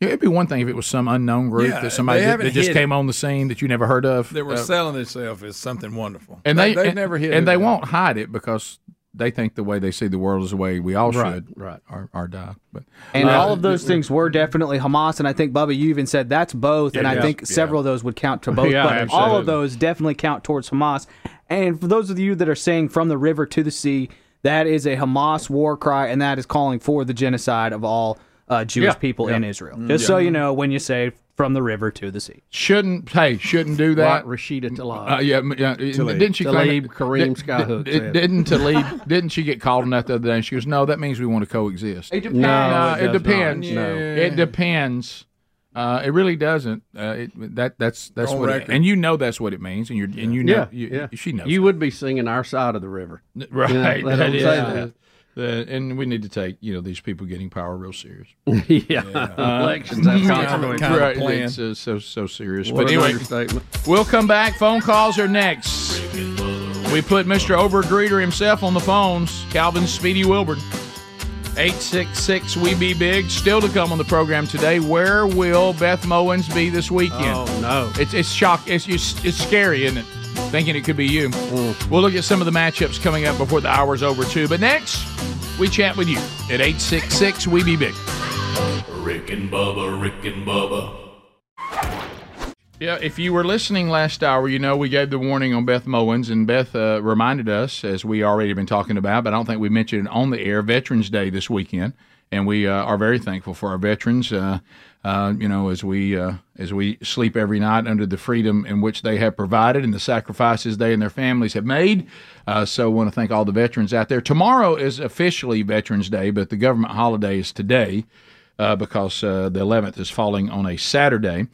S1: Yeah, It'd be one thing if it was some unknown group
S4: Yeah,
S1: that somebody
S4: they
S1: that,
S4: haven't
S1: that just
S4: hid it.
S1: came on the scene that you never heard of.
S4: They were
S1: Uh,
S4: selling itself as something wonderful,
S1: and they,
S4: they
S1: and-
S4: never hit.
S1: and
S4: it.
S1: they won't hide it because they think the way they see the world is the way we all
S8: Right,
S1: should, right? Or, or die, but
S8: And
S1: uh,
S8: all of those things were definitely Hamas, and I think Bubba, you even said that's both, and
S1: Yeah,
S8: I
S1: yeah.
S8: think several of those would count
S1: [LAUGHS]
S8: to both,
S1: Yeah,
S8: but all
S1: absolutely.
S8: of those definitely count towards Hamas. And for those of you that are saying from the river to the sea, that is a Hamas war cry, and that is calling for the genocide of all uh, Jewish
S1: Yeah,
S8: people
S1: yeah.
S8: in Israel.
S1: Mm,
S8: Just
S1: yeah.
S8: so you know, when you say from the river to the sea,
S1: shouldn't hey shouldn't do that.
S2: Rashida Tlaib.
S1: Uh, yeah, m- yeah.
S2: Tlaib.
S1: Didn't she claim
S2: Tlaib, Kareem
S1: Did-
S2: Skyhook
S1: did-
S2: said.
S1: Didn't Talib? didn't she get called on that the other day? And she goes, "No, that means we want to coexist."
S2: It depends. No, it does
S1: it,
S2: not.
S1: depends.
S2: No.
S1: It depends. Uh, it really doesn't. Uh, it, that that's that's
S2: On
S1: what. It,
S2: record.
S1: and you know that's what it means, and you and you know
S2: yeah,
S1: you,
S2: yeah.
S1: she knows.
S2: You would be singing our side of the river,
S1: N- Right.
S2: You know, they
S1: [LAUGHS] that
S2: don't
S1: is,
S2: say
S1: uh,
S2: that.
S1: the- and we need to take you know these people getting power real serious.
S2: [LAUGHS] Yeah. Elections have
S1: [LAUGHS] yeah,
S2: consequences. Kind of
S1: right,
S2: plan.
S1: It's uh, so so serious.
S2: What
S1: but
S2: an
S1: anyway,
S2: understatement.
S1: we'll come back. Phone calls are next. We put Mr. Overgreeter himself on the phones. Calvin Speedy Wilbur. 866 We Be Big. Still to come on the program today. Where will Beth Mowens be this weekend?
S2: Oh, no.
S1: It's, it's shock. It's, it's, it's scary, isn't it? Thinking it could be you.
S2: Mm.
S1: We'll look at some of the matchups coming up before the hour's over, too. But next, we chat with you at 866 We Be Big.
S6: Rick and Bubba, Rick and Bubba.
S1: Yeah, if you were listening last hour, you know we gave the warning on Beth Mowens, and Beth uh, reminded us, as we already been talking about, but I don't think we mentioned it on the air, Veterans Day this weekend, and we uh, are very thankful for our veterans. Uh, uh, you know, as we uh, as we sleep every night under the freedom in which they have provided and the sacrifices they and their families have made. Uh, so, want to thank all the veterans out there. Tomorrow is officially Veterans Day, but the government holiday is today uh, because uh, the 11th is falling on a Saturday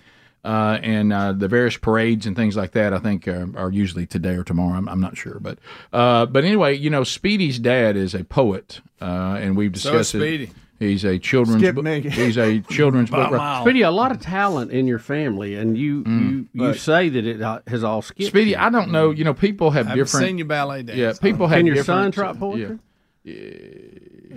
S1: uh, and uh, the various parades and things like that. I think are, are usually today or tomorrow. I'm, I'm not sure, but uh, but anyway, you know, Speedy's dad is a poet, uh, and we've
S4: So
S1: discussed
S4: is Speedy.
S1: it. He's a children's
S2: Skip
S1: book.
S2: me.
S1: He's a
S2: [LAUGHS]
S1: children's book.
S2: Speedy, a lot of talent in your family, and you you, you
S1: Right.
S2: say that it uh, has all skipped.
S1: Mm. Speedy, I don't know. You know, people have
S2: I've
S1: different.
S2: seen you ballet dance.
S1: Yeah, people have
S2: Can your
S1: different-
S2: son try poetry?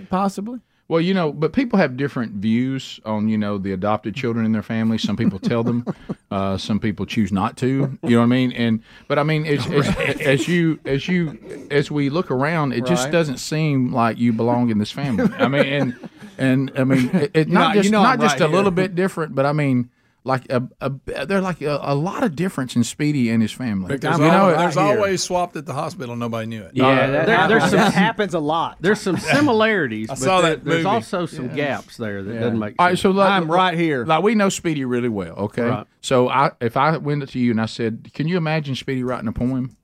S3: Possibly.
S1: Well, you know, but people have different views on you know the adopted children in their family. Some people
S5: [LAUGHS]
S1: tell them, uh, some people choose not to. You know what I mean? And but I mean, it's, it's, as you as you as we look around, it just
S5: Right.
S1: doesn't seem like you belong in this family. I mean, and and I mean, it,
S5: [LAUGHS]
S1: it-
S5: You
S1: not
S5: know- you
S1: just
S5: know
S1: not
S5: I'm
S1: just
S5: right
S1: a
S5: here.
S1: little bit different, but I mean. Like a, a there like a, a lot of difference in Speedy and his family.
S4: Because
S1: You know,
S4: there's
S1: it-
S4: always swapped at the hospital. and Nobody knew it.
S1: Yeah, that
S4: there's
S2: [LAUGHS]
S1: happens.
S4: some-
S8: happens a lot.
S2: There's some similarities.
S4: [LAUGHS] I
S2: but
S4: saw
S2: there-
S4: that
S2: There's
S4: movie.
S2: also some gaps there that doesn't make.
S1: All right, so like,
S2: I'm
S1: right here. Like we know Speedy really well, okay?
S2: Right.
S1: So I, if I went up to you and I said, "Can you imagine Speedy writing a poem?"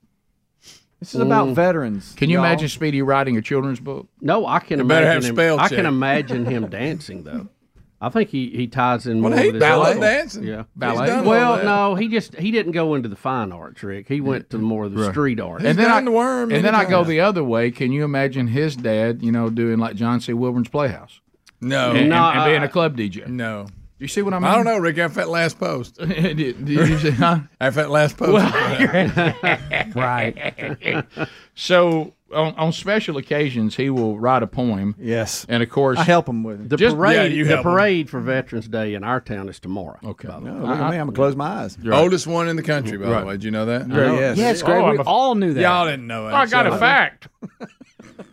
S3: This is about veterans.
S1: Can you
S2: [LAUGHS]
S3: y'all.
S1: imagine Speedy writing a children's book?
S2: Mm. No, I can
S1: You better
S2: imagine.
S1: have
S2: him,
S1: spell
S2: I
S1: check.
S2: can imagine
S1: [LAUGHS]
S2: him dancing though. I think he, he ties in
S1: Well,
S2: more
S1: he
S2: with his
S1: ballet
S2: local-
S1: dancing.
S2: Yeah,
S1: Ballet. done all
S2: Well,
S1: that.
S2: no, he just he didn't go into the fine arts, Rick. He went to more of the street arts.
S1: and then I, and then I go the other way. Can you imagine his dad, you know, doing like John C. Wilburn's Playhouse?
S4: No.
S1: and, and-
S4: No,
S1: and
S4: I-
S1: being a club DJ. No, you see what I mean?
S4: I don't know, Rick. After that last
S1: [LAUGHS]
S4: post,
S1: did, you
S4: [LAUGHS]
S1: say, huh?
S4: After that last post,
S1: right. so on, on special occasions, he will write a poem.
S3: Yes.
S1: And of course,
S3: I help him with it.
S2: The
S1: Just- yeah,
S2: parade,
S1: you
S2: the
S1: help him.
S2: parade for Veterans Day in our town is tomorrow. Okay,
S3: Oh, look at me. I'm gonna close my eyes.
S4: oldest one in the country, by
S3: Right.
S4: the way. Did you know that?
S3: I know. Yes. Yeah, it's great.
S1: Oh,
S3: We all knew that.
S4: Y'all didn't know it.
S1: I got a
S4: So- [LAUGHS]
S1: fact.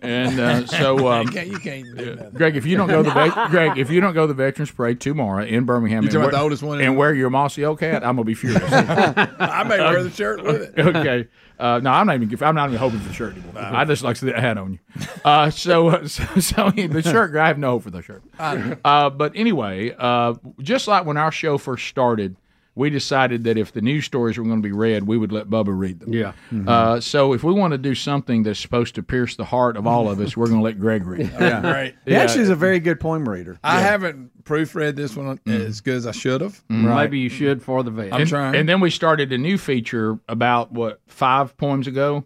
S1: And uh, so, um,
S4: you can't, you can't do [LAUGHS] that.
S1: Greg, if you don't go to the vet- Greg, if you don't go to the Veterans Parade tomorrow in Birmingham,
S4: You talking
S1: and
S4: about
S1: wear-
S4: the oldest one in
S1: and
S4: the-
S1: wear your mossy oak hat, I'm gonna be furious.
S4: [LAUGHS] I may wear the shirt with it.
S1: [LAUGHS] okay, uh, no, I'm not even. I'm not even hoping for the shirt anymore. I just like to see that hat on you. Uh, so, [LAUGHS] so, so the shirt. I have no hope for the shirt. Uh, but anyway, uh, just like when our show first started, we decided that if the news stories were going to be read, we would let Bubba read them.
S2: Yeah.
S1: Uh, so if we want to do something that's supposed to pierce the heart of all of us, we're going to let Greg read. it. [LAUGHS]
S4: Yeah. Right.
S3: He actually is a very good poem reader.
S4: I haven't proofread this one as good as I should have.
S2: Maybe you should for the vet.
S4: I'm
S1: Mm. and,
S4: trying.
S1: And then we started a new feature about what five poems ago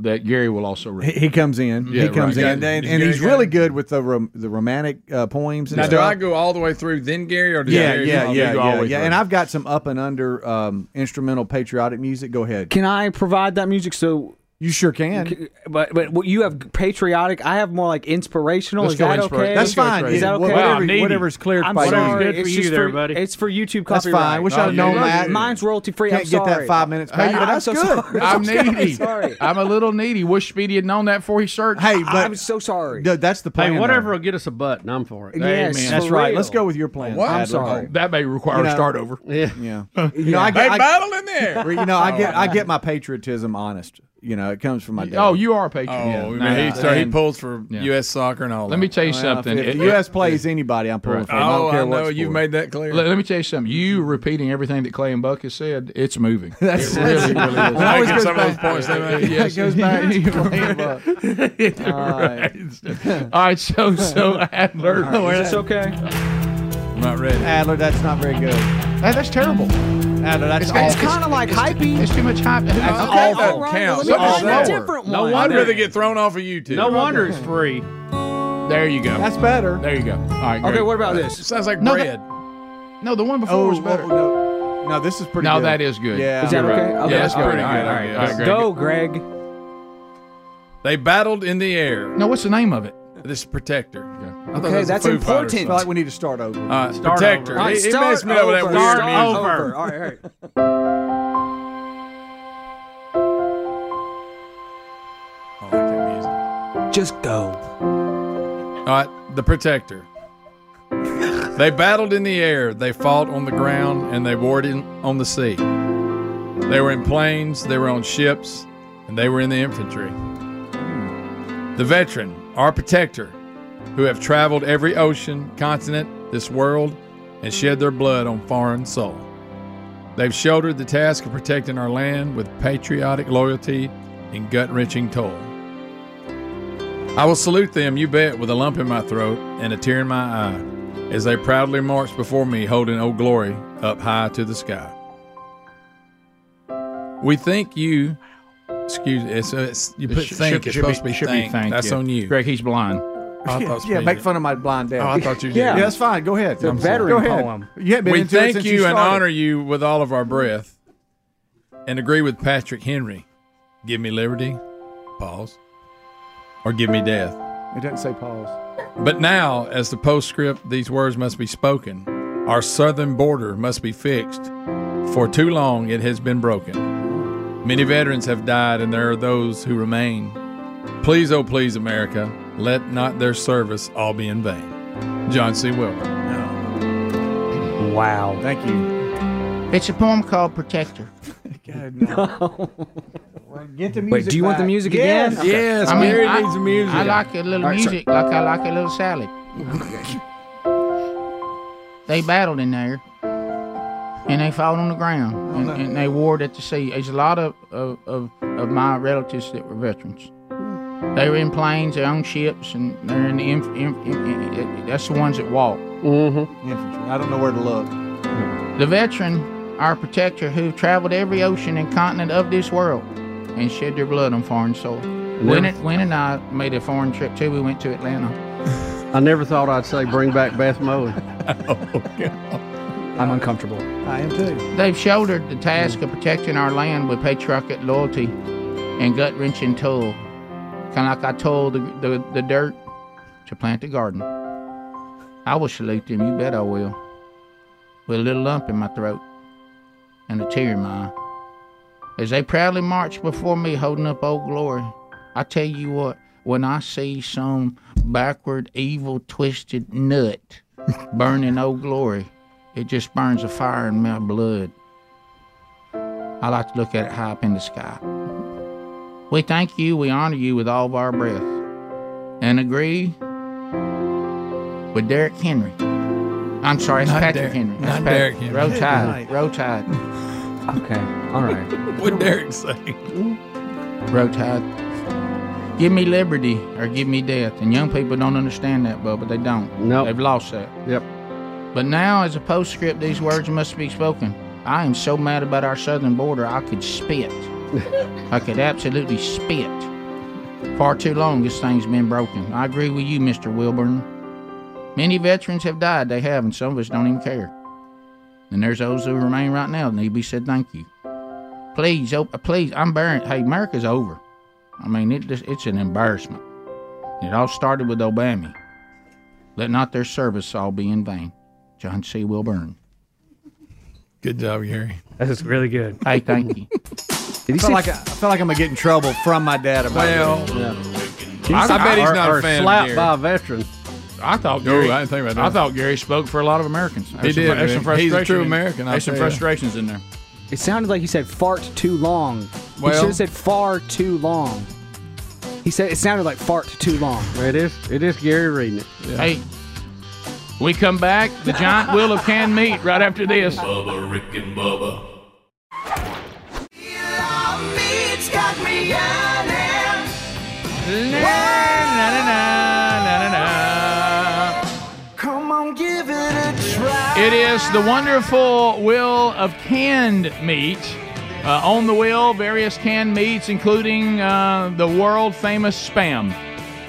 S1: that Gary will also read.
S3: He, he comes in.
S1: Yeah,
S3: he comes
S1: right.
S3: in,
S1: Yeah.
S3: and,
S1: He's
S3: and
S1: good,
S3: he's
S1: good.
S3: really good with the rom- the romantic uh, poems. And
S4: Now,
S3: stuff.
S4: do I go all the way through then, Gary, or does
S3: yeah,
S4: Gary
S3: yeah, yeah, yeah,
S4: go all the
S3: yeah,
S4: way through?
S3: And I've got some up and under um, instrumental patriotic music. Go ahead.
S8: Can I provide that music? So
S3: you sure can.
S8: But but what you have patriotic. I have more like inspirational.
S3: Let's
S8: Is
S3: go
S8: that
S3: inspira-
S8: okay?
S3: That's fine.
S8: Is that
S3: Yeah,
S8: okay?
S3: whatever- Wow, needy. whatever's cleared
S8: I'm
S3: by you.
S8: sorry.
S3: Good for
S8: it's
S3: you
S8: just
S3: there, buddy.
S8: It's for YouTube
S3: That's
S8: copyright.
S3: fine. Wish I'd have known that.
S8: Mine's royalty free.
S3: Can't
S8: I'm
S3: get
S8: sorry.
S3: that five minutes back, but
S8: I'm
S3: that's
S8: so
S3: good.
S8: sorry.
S1: I'm
S8: sorry.
S1: needy.
S8: Sorry.
S1: I'm a little needy. Wish Speedy had known that before he searched.
S3: Hey, but
S8: I'm so sorry.
S3: No, that's the plan.
S2: Hey, whatever will get us a button, I'm for it.
S3: Amen. that's right. Let's go with your plan.
S2: What? I'm
S3: Adler.
S2: sorry.
S1: That may require
S3: You
S1: a
S3: know,
S1: start over.
S2: Yeah.
S3: [LAUGHS] Yeah.
S1: You
S3: know, I get-
S4: They
S3: I-
S4: battle in there.
S3: [LAUGHS] You know, I get I get my patriotism honest. You know, it comes from my dad.
S1: Oh, you are a patron.
S4: Oh,
S1: Yeah.
S4: man,
S1: Nah,
S4: he, so he
S1: and-
S4: pulls for
S1: Yeah.
S4: U.S. soccer and all
S1: Let
S4: that.
S1: me tell you
S3: Well,
S1: something.
S3: If
S1: It-
S3: the U.S. plays anybody, I'm pulling
S1: Right.
S3: for. 'em. I
S4: Oh,
S3: don't
S4: I
S3: care what
S4: know. You've
S3: sport.
S4: made that clear.
S1: Let, let me tell you something. You repeating everything that Clay and Buck has said, it's moving.
S3: [LAUGHS] That's-
S1: it really, really is.
S3: That always goes
S4: some of those
S3: back-
S4: points they
S1: [LAUGHS]
S4: made.
S3: That goes back to Clay
S7: [LAUGHS]
S3: and Buck.
S1: It right. All right, so so Adler.
S8: That's okay.
S4: I'm not ready.
S3: Adler, that's not very good.
S1: Hey, that's terrible.
S3: Adler, that's
S8: It's
S3: awful.
S8: kind of like hypey.
S1: It's too much hype.
S4: That's
S8: Okay,
S4: all that
S8: all right,
S4: counts.
S8: well,
S4: All
S8: let me try a
S4: that.
S8: different
S2: No
S8: one.
S4: I'd
S2: wonder.
S4: rather get thrown off of YouTube.
S2: No wonder it's free.
S1: There you go.
S3: That's better.
S1: There you go. All right.
S8: Okay,
S1: great.
S8: what about this?
S4: Sounds like
S1: No,
S4: bread.
S1: No, the one before was better.
S3: oh, no. No, this is pretty
S1: no,
S3: good.
S1: that is good.
S3: Yeah.
S8: Is that
S3: You're right.
S8: okay? Okay,
S4: Yeah, that's
S8: all right,
S4: pretty
S8: all right,
S4: good.
S8: all right.
S4: Yeah, that's
S8: Let's
S4: good.
S8: Go, Greg.
S4: They battled in the air.
S1: No, what's the name of it?
S4: This protector. I thought that
S8: Okay,
S4: was a
S8: that's
S4: Foo Fighters
S3: I
S8: important.
S3: feel
S4: song.
S3: like we need to start over.
S4: All right, protector.
S8: All right,
S4: It- it
S8: start
S4: messed me up with that
S8: over.
S4: weird
S8: Start
S4: music.
S8: over. All right, all right.
S4: I like that music.
S8: Just go.
S4: All right, Uh, the protector. they battled in the air, they fought on the ground, and they warred in, on the sea. They were in planes, they were on ships, and they were in the infantry.
S8: Hmm.
S4: The veteran, our protector, who have traveled every ocean, continent, this world, and shed their blood on foreign soil. They've shouldered the task of protecting our land with patriotic loyalty and gut wrenching toil. I will salute them, you bet, with a lump in my throat and a tear in my eye as they proudly march before me holding Old Glory up high to the sky. We thank you. Excuse it's, it's, you put
S1: It sh-
S4: think.
S1: should-
S4: It's
S1: should
S4: supposed
S1: be-
S4: to be
S1: should
S4: thank.
S1: thanked,
S4: That's
S1: yeah.
S4: on you.
S1: Greg, he's
S4: I
S1: blind.
S3: [LAUGHS]
S4: thought
S3: yeah,
S4: it was
S3: make
S4: me.
S3: fun of my blind dad.
S4: Oh, I thought you did.
S8: Yeah.
S3: [LAUGHS] Yeah, that's fine. Go ahead.
S8: The
S3: I'm
S8: veteran
S3: sorry. Go ahead.
S8: poem.
S3: You haven't been
S4: we
S3: into it
S4: thank
S3: since
S4: you, and
S3: started.
S4: honor you with all of our breath and agree with Patrick Henry. Give me liberty, pause, or give me death.
S3: It doesn't say pause.
S4: But now, as the postscript, these words must be spoken. Our southern border must be fixed. For too long, it has been broken. Many veterans have died, and there are those who remain. Please, oh, please, America, let not their service all be in vain. John C. Wilbur.
S8: Wow.
S3: Thank you.
S5: It's a poem called [LAUGHS] Protector.
S3: God, no. [LAUGHS] Well, Get the music.
S8: Wait, do you want the
S3: back.
S8: music
S3: Yes.
S8: again?
S4: Yes,
S5: I mean,
S4: Mary
S5: I-
S4: needs music.
S5: I like a little
S8: All right, sir.
S5: music like I like a little salad. [LAUGHS] they battled in there, and they fought on the ground, and, and they warred at the sea. There's a lot of, of, of, of my relatives that were veterans. They were in planes, they owned ships, and they're in the inf- inf- in- in- that's the ones that walk. Mm-hmm.
S3: Infantry. I don't know where to look.
S5: The veteran, our protector, who traveled every ocean and continent of this world and shed their blood on foreign soil. When and, Wynn and I made a foreign trip too. We went to Atlanta.
S2: I never thought I'd say bring back Beth Mowen.
S8: I'm uncomfortable.
S3: I am too.
S5: They've shouldered the task of protecting our land with patriotic loyalty and gut wrenching toil. Kind of like I told the, the, the dirt to plant the garden. I will salute them, you bet I will. With a little lump in my throat and a tear in my eye. As they proudly march before me holding up old glory, I tell you what, when I see some backward, evil, twisted nut burning old glory, it just burns a fire in my blood. I like to look at it high up in the sky. We thank you, we honor you with all of our breath, and agree with Derek Henry
S1: I'm sorry, it's
S4: Not Derek-
S1: Patrick Henry.
S4: not
S1: That's Pat-
S4: Derek Henry.
S1: Roll
S4: Good
S1: Tide.
S4: night.
S1: Roll Tide.
S8: Okay. All right.
S4: What Derek saying?
S1: Roll Tide. Give me liberty or give me death. And young people don't understand that, Bubba. They don't. No. They've lost that.
S2: Yep.
S1: But now, as a postscript, these words must be spoken. I am so mad about our southern border, I could spit. I could absolutely spit. Far too long, this thing's been broken. I agree with you, Mr. Wilburn. Many veterans have died, they have, and some of us don't even care. And there's those who remain right now, need to be said thank you. Please, oh, please, I'm bearing. Hey, America's over. I mean, it, just- it's an embarrassment. It all started with Obama. Let not their service all be in vain. John C. Wilburn.
S4: Good job, Gary.
S1: That is really good. Hey, thank you.
S3: Did I feel like I, I feel like I'm gonna get in trouble from my dad about
S4: Well,
S3: this.
S4: I, I bet he's not a fan. of Gary.
S2: veteran.
S1: I thought
S4: No,
S1: Gary.
S4: I didn't think about
S1: I
S4: that.
S1: thought Gary spoke for a lot of Americans.
S4: He
S1: There's some-
S4: did,
S1: There's some
S4: man. He's a
S1: frustration.
S4: true
S1: in-
S4: American, I'll
S1: There's some
S4: tell you.
S1: frustrations in there.
S8: It sounded like you said fart too long.
S1: Well-
S8: he should have said far too long. He said it sounded like fart too long.
S2: It is. It is Gary reading it.
S1: Hey, we come back. The giant wheel of canned meat right after this.
S6: Bubba, Rick and Bubba.
S7: It's got me yelling. Come on, give it a try.
S1: It is the wonderful wheel of canned meat. Uh, on the wheel, various canned meats, including uh, the world famous spam.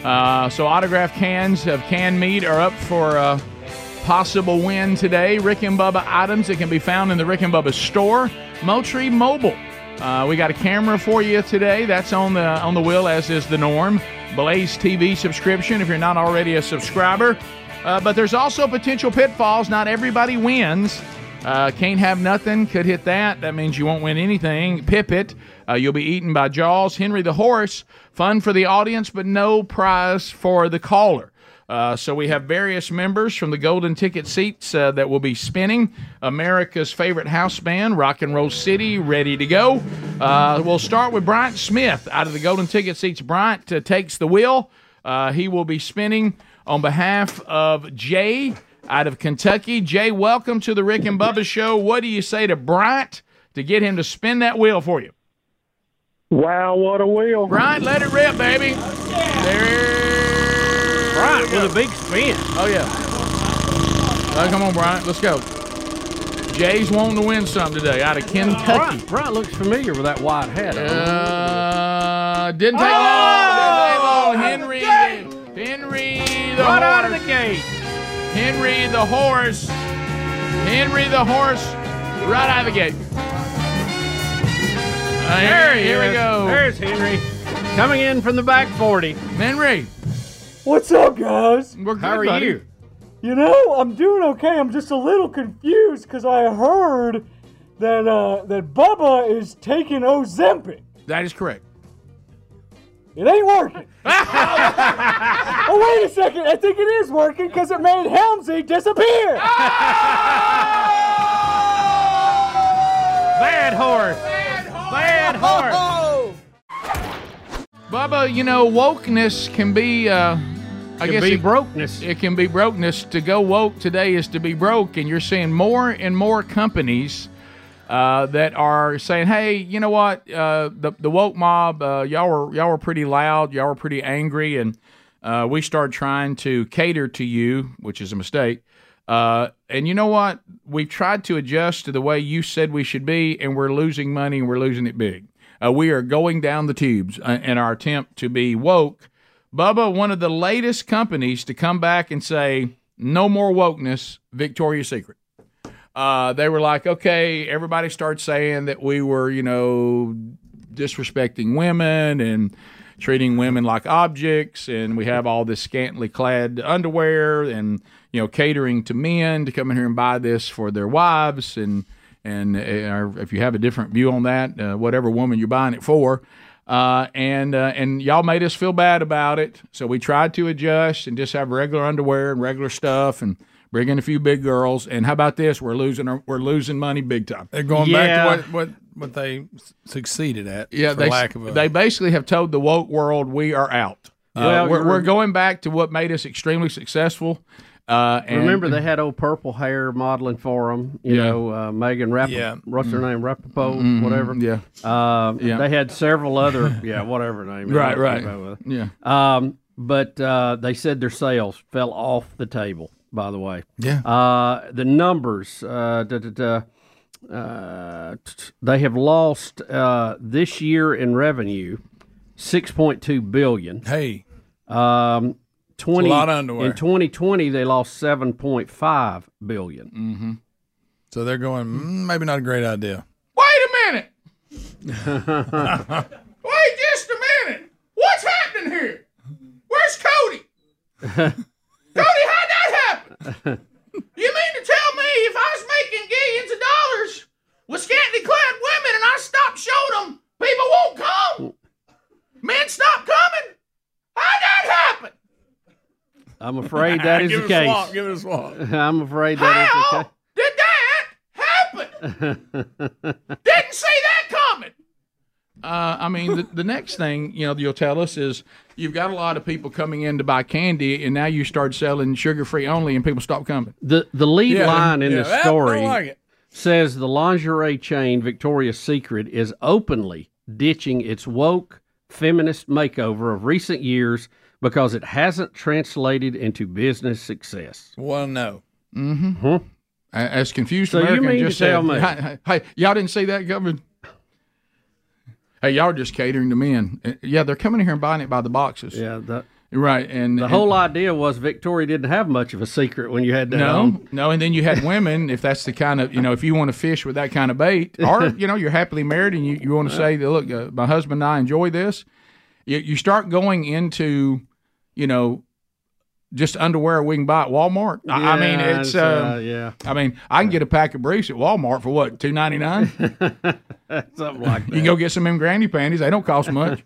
S1: Uh, so, autograph cans of canned meat are up for a possible win today. Rick and Bubba items that can be found in the Rick and Bubba store, Moultrie Mobile. Uh, we got a camera for you today. That's on the on the wheel, as is the norm. Blaze TV subscription if you're not already a subscriber. Uh, but there's also potential pitfalls. Not everybody wins. Uh, can't have nothing. Could hit that. That means you won't win anything. Pip it. Uh, you'll be eaten by Jaws. Henry the Horse. Fun for the audience, but no prize for the caller. Uh, so we have various members from the Golden Ticket seats uh, that will be spinning. America's favorite house band, Rock and Roll City, ready to go. Uh, we'll start with Bryant Smith out of the Golden Ticket seats. Bryant uh, takes the wheel. Uh, he will be spinning on behalf of Jay out of Kentucky. Jay, welcome to the Rick and Bubba Show. What do you say to Bryant to get him to spin that wheel for you?
S21: Wow, what a wheel.
S1: Bryant, let it rip, baby. There. Bryant with a big spin. Oh, yeah. Uh, come on, Bryant. Let's go. Jay's wanting to win some today out of Kentucky.
S2: Brian looks familiar with that wide hat.
S1: Uh, didn't
S7: Oh!
S1: take
S2: Oh!
S1: long. Didn't take long. Henry. Henry the
S7: Right
S1: horse.
S7: out of
S1: the gate. Henry the horse. Henry the horse. Right out of the gate. Uh,
S2: There
S1: here,
S2: he
S1: here we
S2: is.
S1: go.
S2: There's
S1: Henry.
S2: Coming in from the back 40.
S1: Henry.
S22: What's up, guys?
S1: We're
S2: How are you?
S22: You know, I'm doing okay. I'm just a little confused because I heard that uh, that Bubba is taking Ozempic.
S1: That is correct.
S22: It ain't
S1: [LAUGHS]
S22: working. oh wait a second! I think it is working because it made Helmsy disappear.
S1: [LAUGHS] Bad horse. Bad horse. Bubba, you know, wokeness can be. Uh, I
S2: Can
S1: guess
S2: be
S1: it, brokeness. It can be brokeness. To go woke today is to be broke, and you're seeing more and more companies uh, that are saying, "Hey, you know what? Uh, the the woke mob, uh, y'all were y'all were pretty loud, y'all were pretty angry, and uh, we started trying to cater to you, which is a mistake. Uh, and you know what? We've tried to adjust to the way you said we should be, and we're losing money, and we're losing it big. Uh, we are going down the tubes uh, in our attempt to be woke." Bubba, one of the latest companies to come back and say, no more wokeness, Victoria's Secret. Uh, they were like, okay, everybody starts saying that we were, you know, disrespecting women and treating women like objects, and we have all this scantily clad underwear and, you know, catering to men to come in here and buy this for their wives. And, and uh, or if you have a different view on that, uh, whatever woman you're buying it for, uh, and uh, and y'all made us feel bad about it. So we tried to adjust and just have regular underwear and regular stuff and bring in a few big girls. And how about this? We're losing our, we're losing money big time.
S4: They're going back to what, what what they s- succeeded at.
S1: Yeah,
S4: for
S1: they
S4: lack of a [LAUGHS]
S1: they [LAUGHS] basically have told the woke world we are out. Uh,
S4: Well,
S1: we're,
S4: you're-
S1: we're going back to what made us extremely successful. Uh, and-
S2: Remember, they had old purple hair modeling for them. You
S1: Yeah.
S2: know, uh, Megan Rapp.
S1: Yeah.
S2: What's her name? Rapaport,
S1: Mhm.
S2: whatever.
S1: Yeah.
S2: Uh,
S1: Yeah.
S2: They had several
S1: [LAUGHS]
S2: other. yeah, whatever her name. is.
S1: Right,
S2: I don't
S1: right.
S2: keep up with
S1: Yeah.
S2: it. Um, but uh, they said their sales fell off the table. By the way.
S1: Yeah.
S2: Uh, the numbers. Uh, da, da, da, uh, t- t- they have lost uh, this year in revenue, six point two billion.
S4: Hey.
S2: Um, twenty
S4: It's a lot of underwear.
S2: in twenty twenty they lost seven point five billion.
S4: Mm-hmm. So they're going, mm, maybe not a great idea.
S1: Wait a minute.
S2: yeah,
S1: Wait just a minute. What's happening here? Where's Cody? Cody, how'd that happen? You mean to tell me if I was making billions of dollars with scantily clad women and I stopped showing them, people won't come? Men stop coming? How'd that happen?
S2: I'm afraid
S4: [LAUGHS]
S2: that is
S1: Give
S2: the
S1: it a
S2: case.
S1: swap, give it a swap.
S2: [LAUGHS] I'm afraid that
S1: Did that happen?
S2: is the case.
S1: Didn't see that coming. [LAUGHS] Uh, I mean, the, the next thing you know you'll tell us is you've got a lot of people coming in to buy candy, and now you start selling sugar-free only, and people stop coming.
S2: the the lead
S1: Yeah,
S2: line in
S1: yeah, I
S2: this
S1: don't
S2: story
S1: like it.
S2: says the lingerie chain Victoria's Secret is openly ditching its woke feminist makeover of recent years because it hasn't translated into business success.
S4: Well, no.
S1: Mm-hmm.
S2: Huh?
S1: As confused
S2: So you
S1: American
S2: mean to
S1: just said, [LAUGHS]
S2: tell me?
S1: Hey, hey, y'all didn't see that coming? Hey, y'all are just catering to men. Uh, Yeah, they're coming here and buying it by the boxes.
S2: Yeah, that,
S1: right. And
S2: The whole idea was Victoria [LAUGHS] didn't have much of a secret when you had that.
S1: No,
S2: on.
S1: no, and then you had women. If that's the kind of you know, if you want to fish with that kind of bait,
S2: [LAUGHS]
S1: or you know, you're happily married and you, you want to say, that, look, uh, my husband and I enjoy this. You, you start going into, you know, just underwear we can buy at Walmart. I, I mean,
S2: Yeah,
S1: it's
S2: it's,
S1: um,
S2: uh, yeah.
S1: I mean, I can get a pack of briefs at Walmart for what two ninety nine.
S2: [LAUGHS] Something
S1: [LAUGHS]
S2: like
S1: You can go get some of them granny panties. They don't
S2: [LAUGHS]
S1: cost much.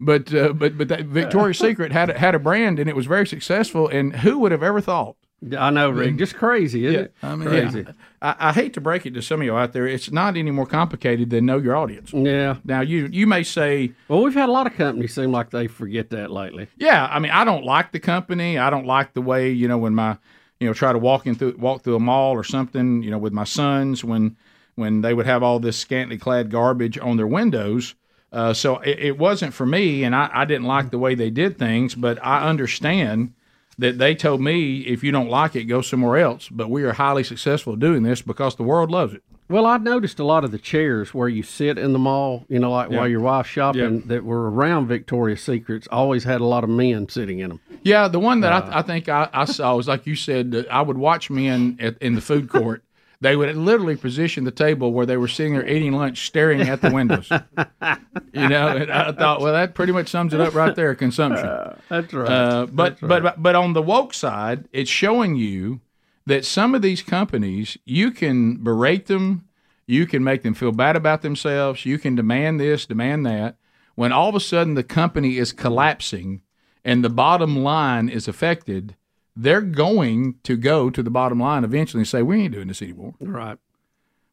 S1: but uh, but but that Victoria's Secret had a, had a brand and it was very successful. And who would have ever thought? uh,
S2: I know, Rick. Just crazy, isn't it?
S1: I mean,
S2: Crazy.
S1: yeah. I, I hate to break it to some of you out there. It's not any more complicated than know your audience.
S2: Yeah.
S1: Now you you may say,
S2: well, we've had a lot of companies seem like they forget that lately.
S1: Yeah, I mean, I don't like the company. I don't like the way you know when my you know try to walk in through walk through a mall or something. You know, with my sons when when they would have all this scantily clad garbage on their windows. Uh, so it, it wasn't for me, and I, I didn't like the way they did things. But I understand that they told me if you don't like it, go somewhere else. But we are highly successful doing this because the world loves it.
S2: Well, I noticed a lot of the chairs where you sit in the mall, you know, like
S1: Yeah.
S2: while your wife's shopping,
S1: Yeah.
S2: that were around Victoria's Secrets, always had a lot of men sitting in them.
S1: Yeah, the one that I, I think I, I saw was like you said. that I would watch men at, in the food court. They would literally position the table where they were sitting there eating lunch, staring at the windows. you know, and I thought, well, that pretty much sums it up right there. Consumption.
S2: That's right.
S1: Uh, but, but but on the woke side, it's showing you that some of these companies, you can berate them, you can make them feel bad about themselves, you can demand this, demand that. When all of a sudden the company is collapsing and the bottom line is affected, they're going to go to the bottom line eventually and say, "We ain't doing this anymore."
S2: Right.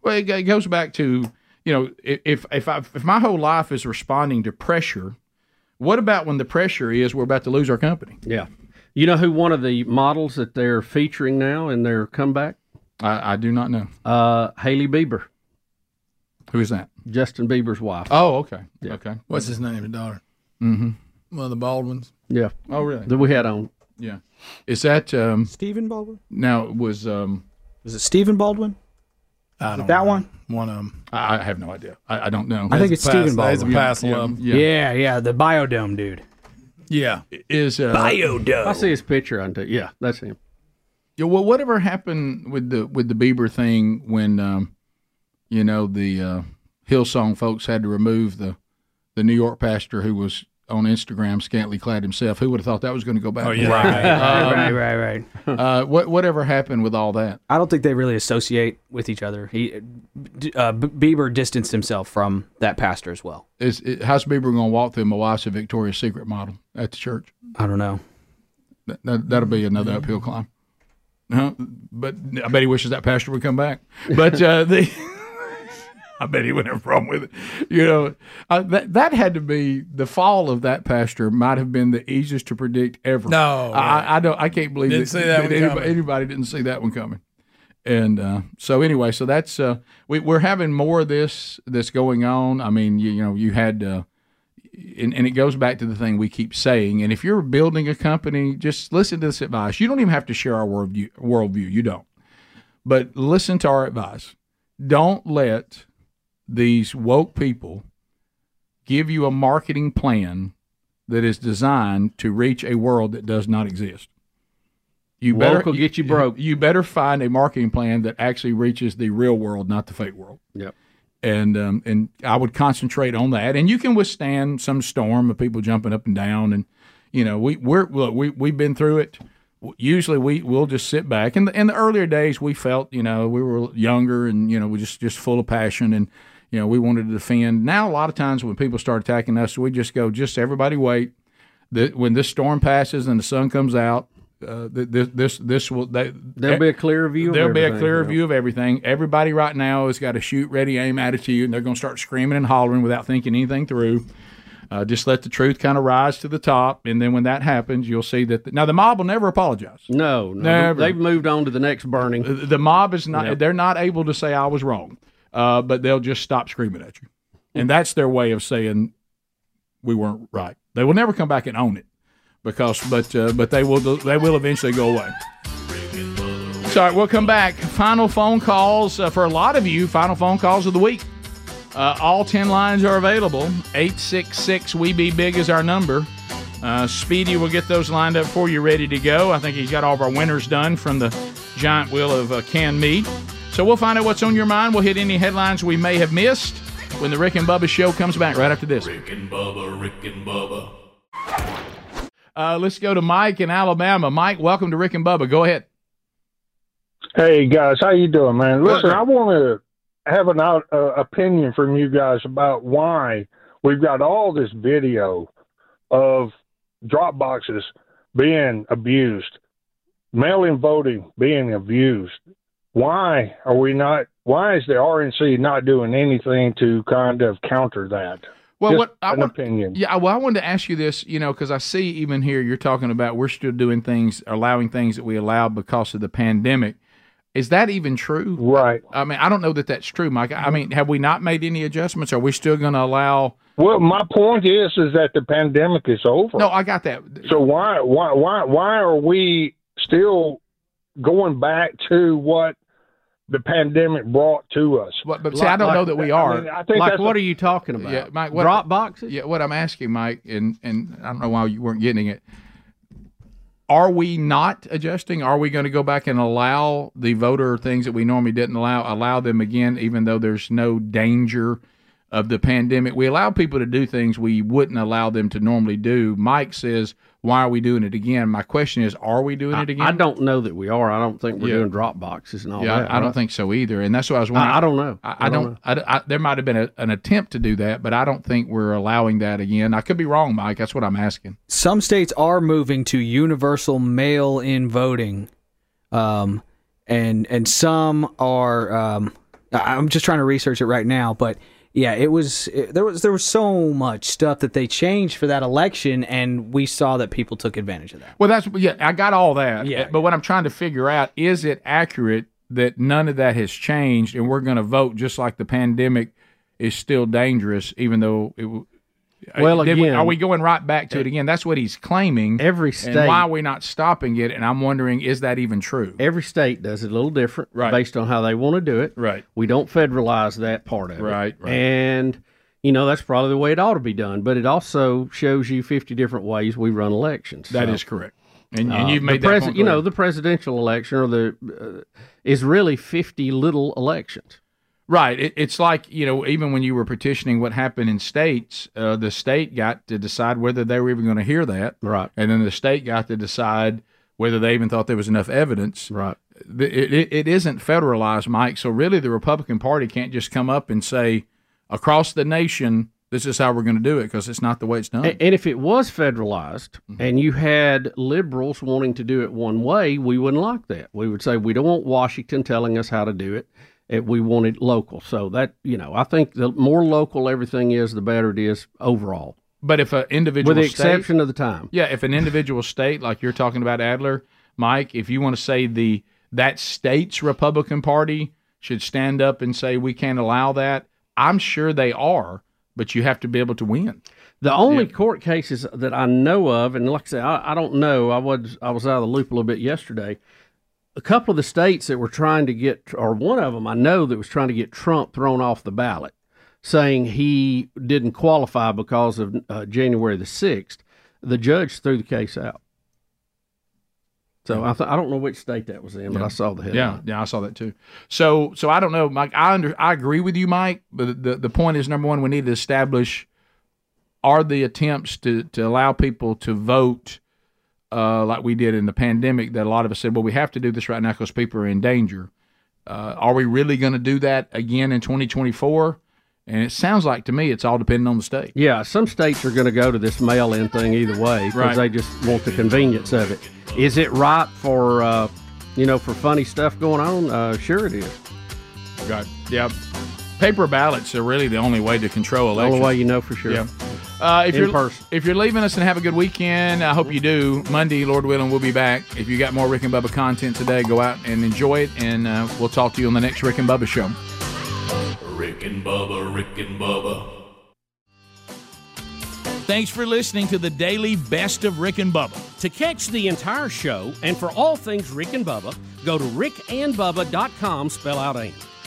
S1: Well, it, it goes back to you know i- if if I, if my whole life is responding to pressure, what about when the pressure is we're about to lose our company?
S2: Yeah. You know who one of the models that they're featuring now in their comeback?
S1: I, I do not know.
S2: Uh, Haley Bieber.
S1: Who is that?
S2: Justin Bieber's wife.
S1: Oh, okay. Okay.
S4: What's his name? The daughter.
S1: Mm-hmm.
S4: One of the Baldwins.
S2: Yeah.
S1: Oh, really?
S2: That we had on.
S1: Yeah. Is that um,
S4: Stephen Baldwin?
S1: now was um,
S23: Was it Stephen Baldwin?
S4: I
S23: don't that one?
S4: One of them.
S1: I, I have no idea. I, I don't know.
S23: I think it's Stephen Baldwin.
S4: That's a pass love.
S23: Yeah. yeah, yeah, the Biodome dude.
S1: Yeah. Is uh,
S23: Biodome.
S2: I see his picture on. T- yeah, that's him.
S1: Yeah, well, whatever happened with the with the Bieber thing when um, you know the uh, Hillsong folks had to remove the the New York pastor who was on Instagram scantily clad himself. Who would have thought that was going to Uh, go back?
S23: Oh, yeah. Right. Right, right, right,
S1: right. Um, [LAUGHS] Uh, what whatever happened with all that?
S23: I don't think they really associate with each other. He, uh, B- Bieber distanced himself from that pastor as well.
S1: Is it, how's Bieber going to walk through Mawasa Victoria's Secret model at the church?
S23: I don't know.
S1: That, that that'll be another uphill climb. [LAUGHS] Huh? But I bet he wishes that pastor would come back. But uh, the I bet he wouldn't have a problem with it. [LAUGHS] You know, uh, that that had to be the fall of that pastor might have been the easiest to predict ever.
S4: No,
S1: I, I don't. I can't believe
S4: Didn't
S1: that,
S4: see that one
S1: anybody,
S4: coming.
S1: anybody didn't see that one coming. And uh, so anyway, so that's uh, we, we're having more of this that's going on. I mean, you, you know, you had. Uh, and, and it goes back to the thing we keep saying. And if you're building a company, just listen to this advice. You don't even have to share our worldview. worldview. You don't. But listen to our advice. Don't let these woke people give you a marketing plan that is designed to reach a world that does not exist. You
S2: Woke
S1: better
S2: will get you broke.
S1: You better find a marketing plan that actually reaches the real world, not the fake world
S2: Yep.
S1: and um, and I would concentrate on that. And you can withstand some storm of people jumping up and down. And you know, we we're look, we we've been through it. W- Usually, we we'll just sit back. In the, in the earlier days, we felt you know we were younger and you know we just just full of passion and you know we wanted to defend. Now, a lot of times when people start attacking us, we just go, just everybody wait. That when this storm passes and the sun comes out. Uh, th- this this this will they,
S2: There'll be a clear view of
S1: There'll be a
S2: everything,
S1: clear
S2: yeah.
S1: view of everything. Everybody right now has got a shoot, ready, aim attitude, and they're going to start screaming and hollering without thinking anything through. Uh, just let the truth kind of rise to the top, and then when that happens, you'll see that. The, now the mob will never apologize.
S2: No, no,
S1: Never.
S2: they've moved on to the next burning.
S1: The, the mob is not.
S2: Yep.
S1: They're not able to say I was wrong, uh, but they'll just stop screaming at you, and that's their way of saying we weren't right. They will never come back and own it because, but uh, but they will they will eventually go away. Sorry, we'll come back. Final phone calls uh, for a lot of you. Final phone calls of the week. Uh, all 10 lines are available. 866 We Be Big is our number. Uh, Speedy will get those lined up for you, ready to go. I think he's got all of our winners done from the giant wheel of uh, canned meat. So we'll find out what's on your mind. We'll hit any headlines we may have missed when the Rick and Bubba show comes back right after this.
S6: Rick and Bubba, Rick and Bubba.
S1: Uh, let's go to Mike in Alabama. Mike, welcome to Rick and Bubba. Go ahead.
S14: Hey guys, how you doing, man?
S1: Good.
S14: Listen, I want to have an out, uh, opinion from you guys about why we've got all this video of drop boxes being abused, mail-in voting being abused. Why are we not? Why is the RNC not doing anything to kind of counter that?
S1: Well,
S14: Just
S1: what I
S14: an
S1: want-
S14: opinion.
S1: Yeah, well, I wanted to ask you this, you know, because I see even here you're talking about we're still doing things, allowing things that we allowed because of the pandemic. Is that even true?
S14: Right.
S1: I mean, I don't know that that's true, Mike. I mean, have we not made any adjustments? Are we still going to allow?
S14: Well, my point is, is that the pandemic is over.
S1: No, I got that.
S14: So why why why why are we still going back to what the pandemic brought to us?
S1: But see, I don't know that we are.
S14: I, mean, I think that's a-
S1: talking about? Yeah, Mike, what, drop boxes. Yeah, what I'm asking, Mike, and and I don't know why you weren't getting it. Are we not adjusting? Are we going to go back and allow the voter things that we normally didn't allow? Allow them again, even though there's no danger of the pandemic. We allow people to do things we wouldn't allow them to normally do. Mike says, "Why are we doing it again?" My question is, are we doing it again?
S2: I don't know that we are. I don't think we're
S1: Yeah.
S2: doing drop boxes and all
S1: yeah,
S2: that.
S1: I, I don't
S2: right?
S1: think so either. And that's what I was wondering.
S2: I- I don't know.
S1: I, I don't. I, I- there might have been a, an attempt to do that, but I don't think we're allowing that again. I could be wrong, Mike. That's what I'm asking.
S23: some states are moving to universal mail-in voting, um, and and some are. Um, I- I'm just trying to research it right now, but yeah, it was it, there was there was so much stuff that they changed for that election, and we saw that people took advantage of that.
S1: Well, that's yeah. I got all that. Yeah. But what I'm trying to figure out is it accurate that none of that has changed, and we're going to vote just like the pandemic is still dangerous, even though it. w-
S2: Well,
S1: Did we-
S2: again- e
S1: are we going right back to it again? That's what he's claiming.
S2: Every
S1: And
S2: state-
S1: why are we not stopping it? And I'm wondering, is that even true?
S2: Every state does it a little different based on how they want to do it.
S1: Right.
S2: We don't federalize that part of
S1: Right,
S2: it.
S1: right.
S2: And, you know, that's probably the way it ought to be done. But it also shows you 50 different ways we run elections.
S1: That is
S2: So,
S1: correct. And,
S2: uh,
S1: and you've made
S2: the
S1: that
S2: presi-
S1: point
S2: You
S1: clear.
S2: know, the presidential election or the uh, is really 50 little elections.
S1: Right. It, it's like, you know, even when you were petitioning what happened in states, uh, the state got to decide whether they were even going to hear that.
S2: Right.
S1: And then the state got to decide whether they even thought there was enough evidence.
S2: Right.
S1: It, it, it isn't federalized, Mike. So really, the Republican Party can't just come up and say, across the nation, this is how we're going to do it because it's not the way it's done.
S2: A- And if it was federalized
S1: Mm-hmm.
S2: and you had liberals wanting to do it one way, we wouldn't like that. We would say we don't want Washington telling us how to do it. it, we wanted local. So that you know, I think the more local everything is, the better it is overall.
S1: But if an individual
S2: with the
S1: state-
S2: exception of the time,
S1: Yeah, if an individual state, like you're talking about Adler, Mike, if you want to say the that state's Republican Party should stand up and say we can't allow that, I'm sure they are, but you have to be able to win.
S2: The only court cases that I know of, and like I say, I, I don't know. I was I was out of the loop a little bit yesterday. A couple of the states that were trying to get, or one of them I know that was trying to get Trump thrown off the ballot, saying he didn't qualify because of uh, January the sixth. The judge threw the case out. So I, th- I don't know which state that was in, but I saw the headline.
S1: Yeah, yeah, I saw that too. So, so I don't know, Mike. I under, I agree with you, Mike. But the the point is, number one, we need to establish are the attempts to to allow people to vote uh, like we did in the pandemic that a lot of us said, well, we have to do this right now because people are in danger. Uh, are we really going to do that again in 2024? And it sounds like to me it's all depending on the state.
S2: Yeah, some states are going to go to this mail-in thing either way because
S1: Right.
S2: they just want the convenience of it. Is it right for uh, you know for funny stuff going on? Uh, sure it is.
S1: Got yeah. Paper ballots are really the only way to control
S2: The only
S1: elections.
S2: way you know for sure.
S1: Yeah. Uh, if
S2: In
S1: you're
S2: person.
S1: if you're leaving us and have a good weekend, I hope you do. Monday, Lord willing, we'll be back. If you got more Rick and Bubba content today, go out and enjoy it, and uh, we'll talk to you on the next Rick and Bubba show.
S6: Rick and Bubba, Rick and Bubba,
S24: Thanks for listening to the daily best of Rick and Bubba.
S25: To catch the entire show and for all things Rick and Bubba, go to rickandbubba.com, spell out AIM.